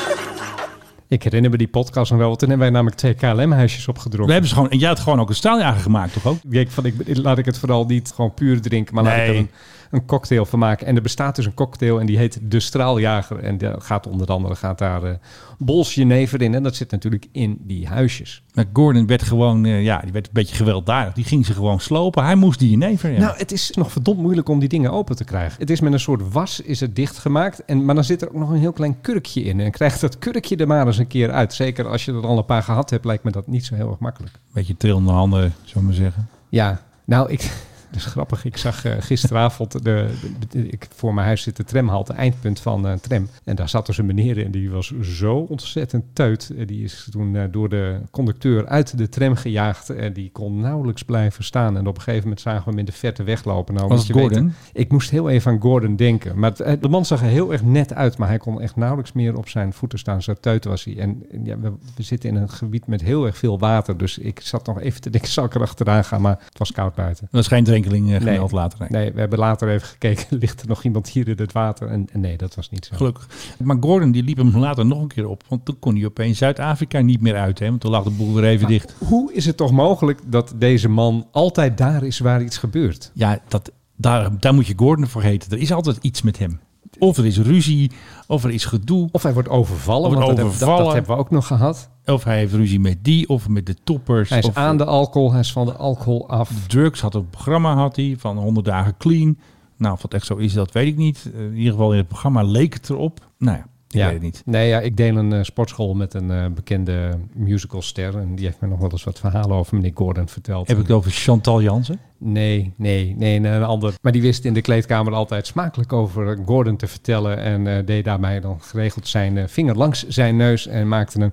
Speaker 5: Ik herinner me die podcast nog wel. want Toen hebben wij namelijk twee KLM-huisjes opgedronken.
Speaker 4: We hebben ze gewoon, en jij had gewoon ook een straaljager gemaakt, toch ook?
Speaker 5: Ik denk van, ik, laat ik het vooral niet gewoon puur drinken, maar laat ik
Speaker 4: Nee.
Speaker 5: er een, een cocktail van maken. En er bestaat dus een cocktail en die heet De Straaljager. En daar gaat onder andere gaat daar eh bols jenever in. En dat zit natuurlijk in die huisjes.
Speaker 4: Maar Nou, Gordon werd gewoon, eh, ja, die werd een beetje gewelddadig. Die ging ze gewoon slopen. Hij moest die jenever. Ja.
Speaker 5: Nou, het is nog verdomd moeilijk om die dingen open te krijgen. Het is met een soort was is het dichtgemaakt. En, maar dan zit er ook nog een heel klein kurkje in. En krijgt dat kurkje er maar eens een keer uit. Zeker als je er al een paar gehad hebt, lijkt me dat niet zo heel erg makkelijk.
Speaker 4: Beetje trillende handen, zullen we maar zeggen.
Speaker 5: Ja, nou, ik, (laughs) dat is grappig. Ik zag eh, gisteravond, de, de- de- ik, voor mijn huis zit de tramhalte, eindpunt van eh, een tram. En daar zat dus een meneer in, die was zo ontzettend teut. Eh, Die is toen eh, door de conducteur uit de tram gejaagd. En die kon nauwelijks blijven staan. En op een gegeven moment zagen we hem in de verte weglopen. Nou,
Speaker 4: Was
Speaker 5: moet
Speaker 4: het
Speaker 5: je
Speaker 4: Gordon?
Speaker 5: ik moest heel even aan Gordon denken. Maar het- eh, de man zag er heel erg net uit, maar hij kon echt nauwelijks meer op zijn voeten staan. Zo teut was hij. En, en ja, we, we zitten in een gebied met heel erg veel water. Dus ik zat nog even te denken, (laughs) zal ik er achteraan gaan? Maar het was koud buiten.
Speaker 4: Er was geen drenkeling eh,
Speaker 5: Nee,
Speaker 4: gemeld later. nee.
Speaker 5: nee, we hebben later even gekeken. (laughs) Ligt er nog iemand hier in het water? En, en nee, dat was niet zo.
Speaker 4: Gelukkig. Maar Gordon die liep hem later nog een keer op. Want toen kon hij opeens Zuid-Afrika niet meer uit. Hè? Want toen lag de boel weer even
Speaker 5: Maar
Speaker 4: dicht.
Speaker 5: Hoe is het toch mogelijk dat deze man altijd daar is waar iets gebeurt?
Speaker 4: Ja, dat, daar, daar moet je Gordon voor heten. Er is altijd iets met hem. Of er is ruzie, of er is gedoe.
Speaker 5: Of hij wordt overvallen.
Speaker 4: Of,
Speaker 5: want dat hebben- dat- dat hebben we ook nog gehad.
Speaker 4: of hij heeft ruzie met die, of met de toppers.
Speaker 5: Hij is
Speaker 4: of,
Speaker 5: aan de alcohol, hij is van de alcohol af.
Speaker 4: Drugs had een programma had hij, van 100 dagen clean. Nou, of dat echt zo is, dat weet ik niet. Eh, In ieder geval in het programma leek het erop. Nou ja, ik
Speaker 5: ja.
Speaker 4: weet het niet.
Speaker 5: Nee, ja, ik deel een eh, sportschool met een eh, bekende musicalster. En die heeft me nog wel eens wat verhalen over meneer Gordon verteld.
Speaker 4: Heb ik het over Chantal Jansen?
Speaker 5: Nee, nee, nee, nee, een ander. Maar die wist in de kleedkamer altijd smakelijk over eh, Gordon te vertellen. En eh, deed daarbij dan geregeld zijn eh, vinger langs zijn neus. En maakte een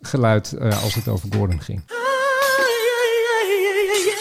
Speaker 5: geluid eh, als het over Gordon ging.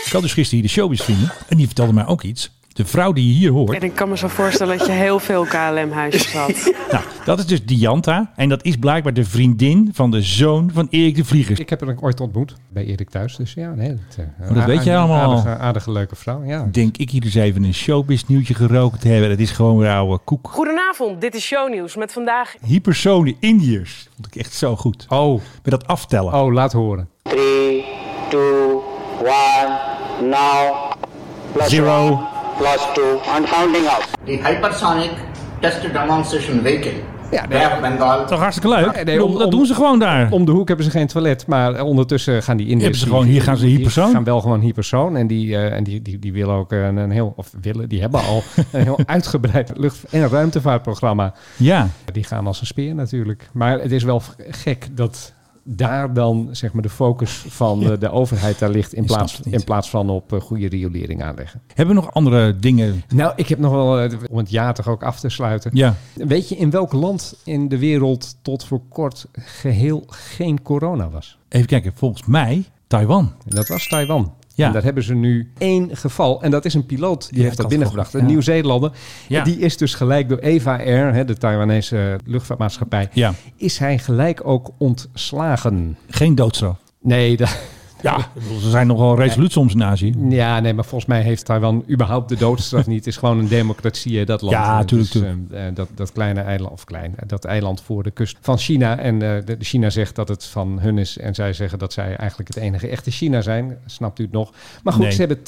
Speaker 4: Ik had dus gisteren hier de showbiz vrienden. En die vertelde mij ook iets. De vrouw die je hier hoort.
Speaker 16: En ik kan me zo voorstellen dat je heel veel KLM-huisjes had.
Speaker 4: Nou, dat is dus Dianta. En dat is blijkbaar de vriendin van de zoon van Erik de Vlieger.
Speaker 5: Ik heb haar nog ooit ontmoet bij Erik thuis. Dus ja, nee. Dat, eh,
Speaker 4: Maar Oh, dat weet je
Speaker 5: aardige-
Speaker 4: allemaal.
Speaker 5: Aardige, aardige, leuke vrouw, ja.
Speaker 4: Denk ik hier dus even een showbiz nieuwtje gerookt te hebben. Dat is gewoon weer oude koek.
Speaker 14: Goedenavond, dit is Shownieuws met vandaag
Speaker 4: Hypersonen Indiërs. Vond ik echt zo goed. Oh. Met dat aftellen.
Speaker 5: Oh, laat horen.
Speaker 17: 3, 2, 1, now.
Speaker 4: Zero.
Speaker 17: one, plus 2, and counting out. The hypersonic test demonstration vehicle.
Speaker 5: Yeah,
Speaker 17: they have Bengal.
Speaker 4: Toch hartstikke leuk.
Speaker 5: Nee,
Speaker 4: Ik
Speaker 5: nee,
Speaker 4: bedoel,
Speaker 5: om-
Speaker 4: dat
Speaker 5: om-
Speaker 4: doen ze gewoon daar.
Speaker 5: Om de hoek hebben ze geen toilet, maar eh, ondertussen gaan die Indiërs...
Speaker 4: Hebben ze
Speaker 5: die-
Speaker 4: gewoon- hier gaan ze
Speaker 5: die
Speaker 4: hypersoon.
Speaker 5: gaan wel gewoon hypersoon. En die, eh, en die, die, die willen ook eh, een, een heel... Of willen, die hebben
Speaker 4: (laughs)
Speaker 5: al een heel uitgebreid lucht- en ruimtevaartprogramma.
Speaker 4: Ja.
Speaker 5: Die gaan als een speer natuurlijk. Maar het is wel v- gek dat daar dan zeg maar, de focus van eh, de overheid daar ligt... in, plaats, in plaats van op eh, goede riolering aanleggen.
Speaker 4: Hebben we nog andere dingen?
Speaker 5: Nou, ik heb nog wel, eh, om het jaar toch ook af te sluiten.
Speaker 4: Ja.
Speaker 5: Weet je in welk land in de wereld tot voor kort geheel geen corona was?
Speaker 4: Even kijken. Volgens mij Taiwan.
Speaker 5: Dat was Taiwan.
Speaker 4: Ja.
Speaker 5: En daar hebben ze nu één geval. En dat is een piloot die
Speaker 4: Ja,
Speaker 5: heeft
Speaker 4: ik had
Speaker 5: dat
Speaker 4: het
Speaker 5: binnengebracht. Een
Speaker 4: gehoord, ja.
Speaker 5: Nieuw-Zeelander.
Speaker 4: Ja.
Speaker 5: Die is dus gelijk door Eva Air, hè, de Taiwanese luchtvaartmaatschappij,
Speaker 4: Ja.
Speaker 5: is hij gelijk ook ontslagen.
Speaker 4: Geen doodstraf.
Speaker 5: Nee, dat...
Speaker 4: Ja, ze zijn nogal resoluut soms in Azië.
Speaker 5: Ja, nee, maar volgens mij heeft Taiwan überhaupt de doodstraf niet. Het is gewoon een democratie, hè, dat land.
Speaker 4: Ja,
Speaker 5: Eh,
Speaker 4: tuurlijk,
Speaker 5: dus,
Speaker 4: tuurlijk.
Speaker 5: eh, eh, dat, dat kleine eiland, of klein, eh, dat eiland voor de kust van China. En eh, de, China zegt dat het van hun is. En zij zeggen dat zij eigenlijk het enige echte China zijn. Snapt u het nog? Maar goed,
Speaker 4: Nee.
Speaker 5: ze hebben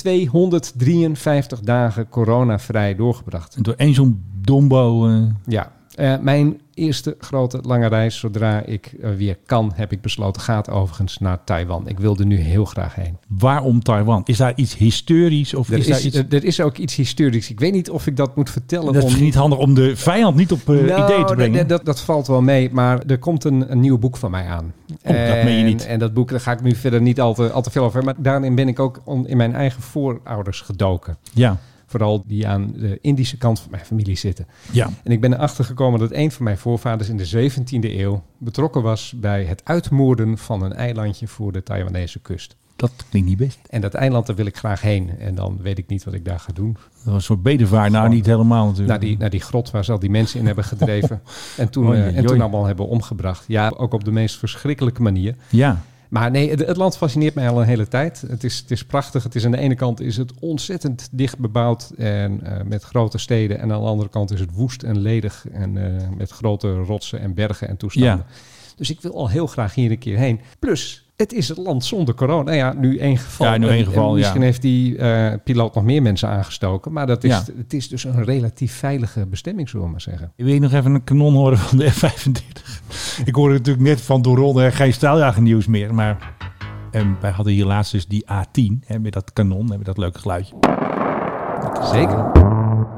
Speaker 5: 253 dagen coronavrij doorgebracht.
Speaker 4: Door één zo'n dombo. eh,
Speaker 5: Ja. Eh, mijn eerste grote lange reis, zodra ik eh, weer kan, heb ik besloten, gaat overigens naar Taiwan. Ik wilde nu heel graag heen.
Speaker 4: waarom Taiwan? Is daar iets historisch? Of
Speaker 5: Er
Speaker 4: is,
Speaker 5: is,
Speaker 4: daar iets...
Speaker 5: er- er is ook iets historisch. Ik weet niet of ik dat moet vertellen.
Speaker 4: Dat is
Speaker 5: om-
Speaker 4: misschien niet handig om de vijand niet op eh,
Speaker 5: Nou,
Speaker 4: idee te
Speaker 5: dat-
Speaker 4: brengen.
Speaker 5: Dat, dat, valt wel mee, maar er komt een, een nieuw boek van mij aan.
Speaker 4: Oh, dat meen je niet.
Speaker 5: En dat boek, daar ga ik nu verder niet al te, al te veel over. Maar daarin ben ik ook on- in mijn eigen voorouders gedoken.
Speaker 4: Ja.
Speaker 5: Vooral die aan de Indische kant van mijn familie zitten.
Speaker 4: Ja.
Speaker 5: En ik ben erachter gekomen dat een van mijn voorvaders in de 17e eeuw betrokken was bij het uitmoorden van een eilandje voor de Taiwanese kust.
Speaker 4: Dat klinkt niet best.
Speaker 5: En dat eiland, daar wil ik graag heen. En dan weet ik niet wat ik daar ga doen.
Speaker 4: Dat was een soort bedevaar. Nou, niet helemaal natuurlijk.
Speaker 5: Naar die, naar die grot waar ze al die mensen in hebben
Speaker 4: (laughs)
Speaker 5: gedreven. En toen,
Speaker 4: Oei,
Speaker 5: eh, en toen
Speaker 4: oei.
Speaker 5: allemaal hebben omgebracht. Ja, ook op de meest verschrikkelijke manier.
Speaker 4: Ja.
Speaker 5: Maar nee, het, het land fascineert mij al een hele tijd. Het is, het is prachtig. Het is aan de ene kant is het ontzettend dicht bebouwd en eh, met grote steden. En aan de andere kant is het woest en ledig en eh, met grote rotsen en bergen en toestanden. Dus ik wil al heel graag hier een keer heen. Plus, het is het land zonder corona. Nou ja, nu één geval.
Speaker 4: Ja, nu
Speaker 5: En-
Speaker 4: één
Speaker 5: en
Speaker 4: geval, ja.
Speaker 5: Misschien heeft die eh, piloot nog meer mensen aangestoken. Maar dat is,
Speaker 4: Ja.
Speaker 5: het is dus een relatief veilige bestemming, zullen we maar zeggen.
Speaker 4: Wil je nog even een kanon horen van de F-35? Ik hoorde natuurlijk net van Doron eh, geen straaljager nieuws meer. Maar en wij hadden hier laatst dus die A10 hè, met dat kanon en met dat leuke geluidje.
Speaker 5: Zeker.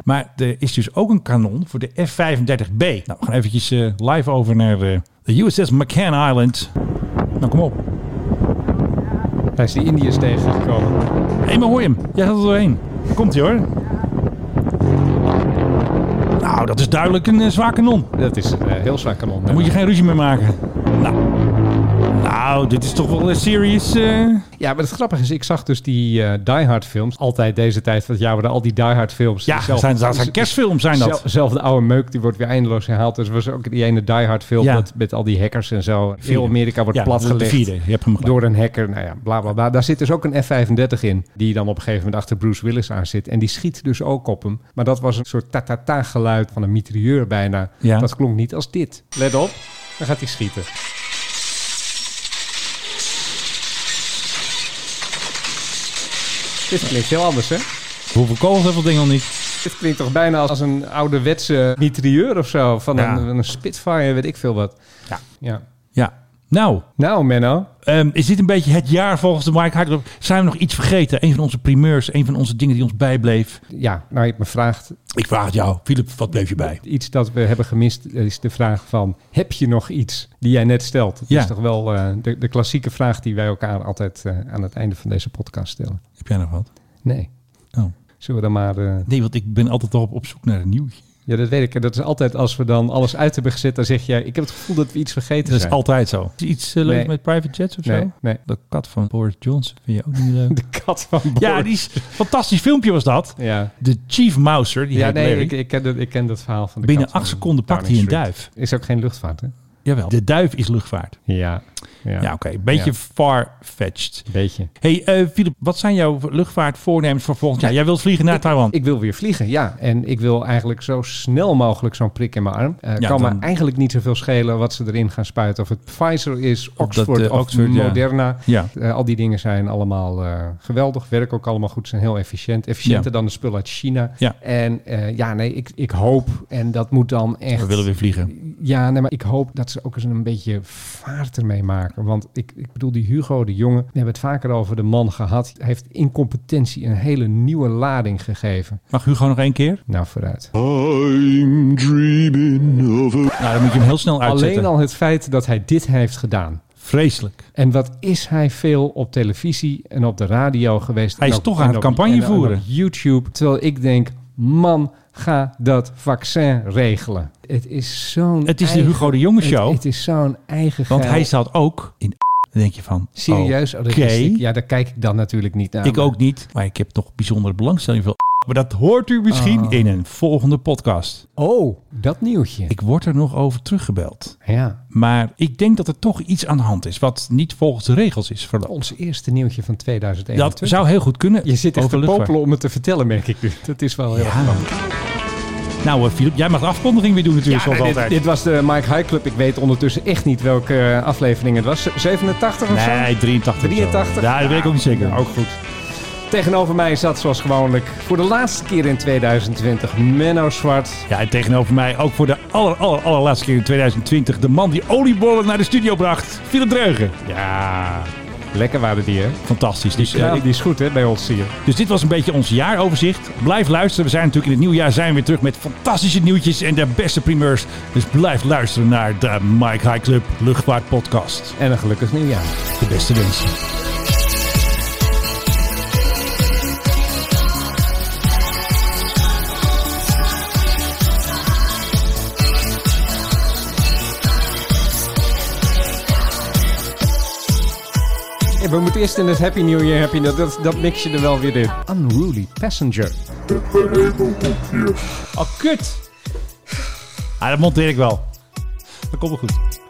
Speaker 4: Maar er is dus ook een kanon voor de F-35B. Nou, we gaan eventjes eh, live over naar eh, de USS McCann Island. Nou, kom op.
Speaker 5: Daar is die Indiërs tegengekomen.
Speaker 4: Hé, maar hoor je hem? Jij gaat er doorheen. Komt-ie hoor. Nou, dat is duidelijk een eh, zwaar kanon.
Speaker 5: Dat is een heel zwaar kanon.
Speaker 4: Daar moet je geen ruzie mee maken. Nou, nou dit is toch wel een serious... eh,
Speaker 5: Ja, maar het grappige is, ik zag dus die eh, Die Hard films. Altijd deze tijd van het jaar worden al die Die Hard films.
Speaker 4: Ja, zijn- dat zijn kerstfilms, zijn dat.
Speaker 5: Zelfde oude meuk, die wordt weer eindeloos herhaald. Dus er was ook die ene Die Hard film
Speaker 4: Ja.
Speaker 5: dat, met al die hackers en zo.
Speaker 4: Vierde.
Speaker 5: Heel Amerika wordt
Speaker 4: Ja,
Speaker 5: platgelegd
Speaker 4: de vierde. Je hebt hem gelijk.
Speaker 5: door een hacker. Nou ja, bla bla bla. Daar zit dus ook een F-35 in, die dan op een gegeven moment achter Bruce Willis aan zit. En die schiet dus ook op hem. Maar dat was een soort ta-ta-ta geluid van een mitrailleur bijna.
Speaker 4: Ja.
Speaker 5: Dat klonk niet als dit. Let op, dan gaat hij schieten. Dit klinkt heel anders, hè?
Speaker 4: Hoeveel kogels heeft dat ding al niet?
Speaker 5: Dit klinkt toch bijna als een ouderwetse mitrailleur of zo. Van
Speaker 4: Ja.
Speaker 5: een, een Spitfire, weet ik veel wat.
Speaker 4: Ja.
Speaker 5: ja.
Speaker 4: Ja. Nou,
Speaker 5: Nou, Menno.
Speaker 4: ehm, is dit een beetje het jaar volgens de Mike Hardloop? Zijn we nog iets vergeten? Een van onze primeurs, een van onze dingen die ons bijbleef.
Speaker 5: Ja, nou je hebt me vraagt.
Speaker 4: Ik vraag het jou. Philip, wat bleef je bij?
Speaker 5: Iets dat we hebben gemist is de vraag van... heb je nog iets die jij net stelt? Dat
Speaker 4: Ja.
Speaker 5: is toch wel eh, de, de klassieke vraag die wij elkaar altijd eh, aan het einde van deze podcast stellen.
Speaker 4: Heb jij nog wat?
Speaker 5: Nee.
Speaker 4: Oh.
Speaker 5: Zullen we dan maar... eh,
Speaker 4: Nee, want ik ben altijd al op, op zoek naar een nieuwtje.
Speaker 5: Ja, dat weet ik. En dat is altijd als we dan alles uit hebben gezet, dan zeg jij: Ik heb het gevoel dat we iets vergeten
Speaker 4: Dat is
Speaker 5: zijn.
Speaker 4: altijd zo. Is iets eh, leuk
Speaker 5: Nee.
Speaker 4: met private jets of
Speaker 5: Nee,
Speaker 4: zo? De kat van Boris Johnson vind je ook niet leuk. De kat van Boris. (laughs) Ja, die is, fantastisch filmpje was dat.
Speaker 5: Ja.
Speaker 4: De Chief Mouser, die
Speaker 5: ja,
Speaker 4: heet
Speaker 5: nee,
Speaker 4: Larry.
Speaker 5: ik, ik, ken dat, ik ken dat verhaal van de
Speaker 4: Binnen
Speaker 5: kat van
Speaker 4: acht seconden pakt hij
Speaker 5: Downing
Speaker 4: een
Speaker 5: Street.
Speaker 4: duif.
Speaker 5: Is ook geen luchtvaart, hè?
Speaker 4: Jawel. De duif is luchtvaart.
Speaker 5: Ja.
Speaker 4: Ja, oké. Beetje far-fetched.
Speaker 5: Beetje.
Speaker 4: hey, eh, Philip, wat zijn jouw luchtvaartvoornemens voor volgend jaar? Jij wilt vliegen naar Taiwan.
Speaker 5: Ik wil weer vliegen, ja. En ik wil eigenlijk zo snel mogelijk zo'n prik in mijn arm. Eh
Speaker 4: Ja,
Speaker 5: kan
Speaker 4: dan-
Speaker 5: me eigenlijk niet zoveel schelen wat ze erin gaan spuiten. Of het Pfizer is, Oxford
Speaker 4: eh,
Speaker 5: of
Speaker 4: Oxford, ja.
Speaker 5: Moderna.
Speaker 4: Ja.
Speaker 5: Eh, al die dingen zijn allemaal eh, geweldig. Werken ook allemaal goed, zijn heel efficiënt. Efficiënter
Speaker 4: Ja.
Speaker 5: dan de spullen uit China.
Speaker 4: Ja.
Speaker 5: En eh, ja, nee, ik, ik hoop, en dat moet dan echt...
Speaker 4: We willen weer vliegen.
Speaker 5: Ja, nee, maar ik hoop dat ze ook eens een beetje vaart ermee maken. Want ik, ik bedoel, die Hugo de Jonge, we hebben het vaker over de man gehad. Hij heeft incompetentie een hele nieuwe lading gegeven.
Speaker 4: Mag Hugo nog één keer?
Speaker 5: Nou, vooruit.
Speaker 4: I'm dreaming of Nou, dan moet je hem heel snel uitzetten.
Speaker 5: Alleen al het feit dat hij dit heeft gedaan.
Speaker 4: Vreselijk.
Speaker 5: En wat is hij veel op televisie en op de radio geweest.
Speaker 4: Hij
Speaker 5: en
Speaker 4: is
Speaker 5: ook-
Speaker 4: toch
Speaker 5: en
Speaker 4: aan het
Speaker 5: op-
Speaker 4: campagne
Speaker 5: en- en op
Speaker 4: voeren.
Speaker 5: YouTube. Terwijl ik denk, man, ga dat vaccin regelen. Het is zo'n
Speaker 4: Het is de
Speaker 5: eigen-
Speaker 4: Hugo de Jonge
Speaker 5: het-
Speaker 4: show.
Speaker 5: Het, is zo'n eigen
Speaker 4: Want
Speaker 5: geil.
Speaker 4: hij zat ook in... Dan denk je van...
Speaker 5: Serieus? Oh,
Speaker 4: Oké.
Speaker 5: dat wist ik. Ja, daar kijk ik dan natuurlijk niet naar.
Speaker 4: ik ook niet. Maar ik heb toch bijzondere belangstelling voor... Maar dat hoort u misschien
Speaker 5: Oh.
Speaker 4: in een volgende podcast.
Speaker 5: Oh, dat nieuwtje.
Speaker 4: Ik word er nog over teruggebeld.
Speaker 5: Ja.
Speaker 4: Maar ik denk dat er toch iets aan de hand is... wat niet volgens de regels is verlopen.
Speaker 5: Ons eerste nieuwtje van 2021.
Speaker 4: Dat zou heel goed kunnen.
Speaker 5: Je zit echt
Speaker 4: over
Speaker 5: te
Speaker 4: luchtvaart.
Speaker 5: popelen om het te vertellen,
Speaker 4: (laughs)
Speaker 5: merk ik nu. Dat is wel heel grappig.
Speaker 4: Nou, eh, Filip, jij mag de afkondiging weer doen natuurlijk,
Speaker 5: Ja,
Speaker 4: zoals
Speaker 5: dit,
Speaker 4: altijd.
Speaker 5: dit was de Mike High Club. Ik weet ondertussen echt niet welke eh, aflevering het was. 87 of zo?
Speaker 4: Nee, 83. of zo.
Speaker 5: 83?
Speaker 4: Ja, dat weet ik ook niet zeker. ook goed.
Speaker 5: Tegenover mij zat zoals gewoonlijk voor de laatste keer in 2020 Menno Zwart.
Speaker 4: Ja, en tegenover mij ook voor de aller, aller, allerlaatste keer in 2020... de man die oliebollen naar de studio bracht, Philip Dreugen.
Speaker 5: Ja, lekker waren die hè.
Speaker 4: Fantastisch.
Speaker 5: Die
Speaker 4: Dus, eh,
Speaker 5: kraam,
Speaker 4: ik-
Speaker 5: die is goed hè, bij ons hier.
Speaker 4: dus dit was een beetje ons jaaroverzicht. Blijf luisteren. We zijn natuurlijk in het nieuwjaar zijn we weer terug met fantastische nieuwtjes en de beste primeurs. Dus blijf luisteren naar de Mike High Club Luchtvaart Podcast.
Speaker 5: En een gelukkig nieuwjaar.
Speaker 4: De beste wensen.
Speaker 5: Ja, we moeten eerst in het Happy New Year, happy, dat, dat, dat mix je er wel weer in. Unruly Passenger. Oh, kut!
Speaker 4: Oh, Ah, dat monteer ik wel. Dat komt wel goed.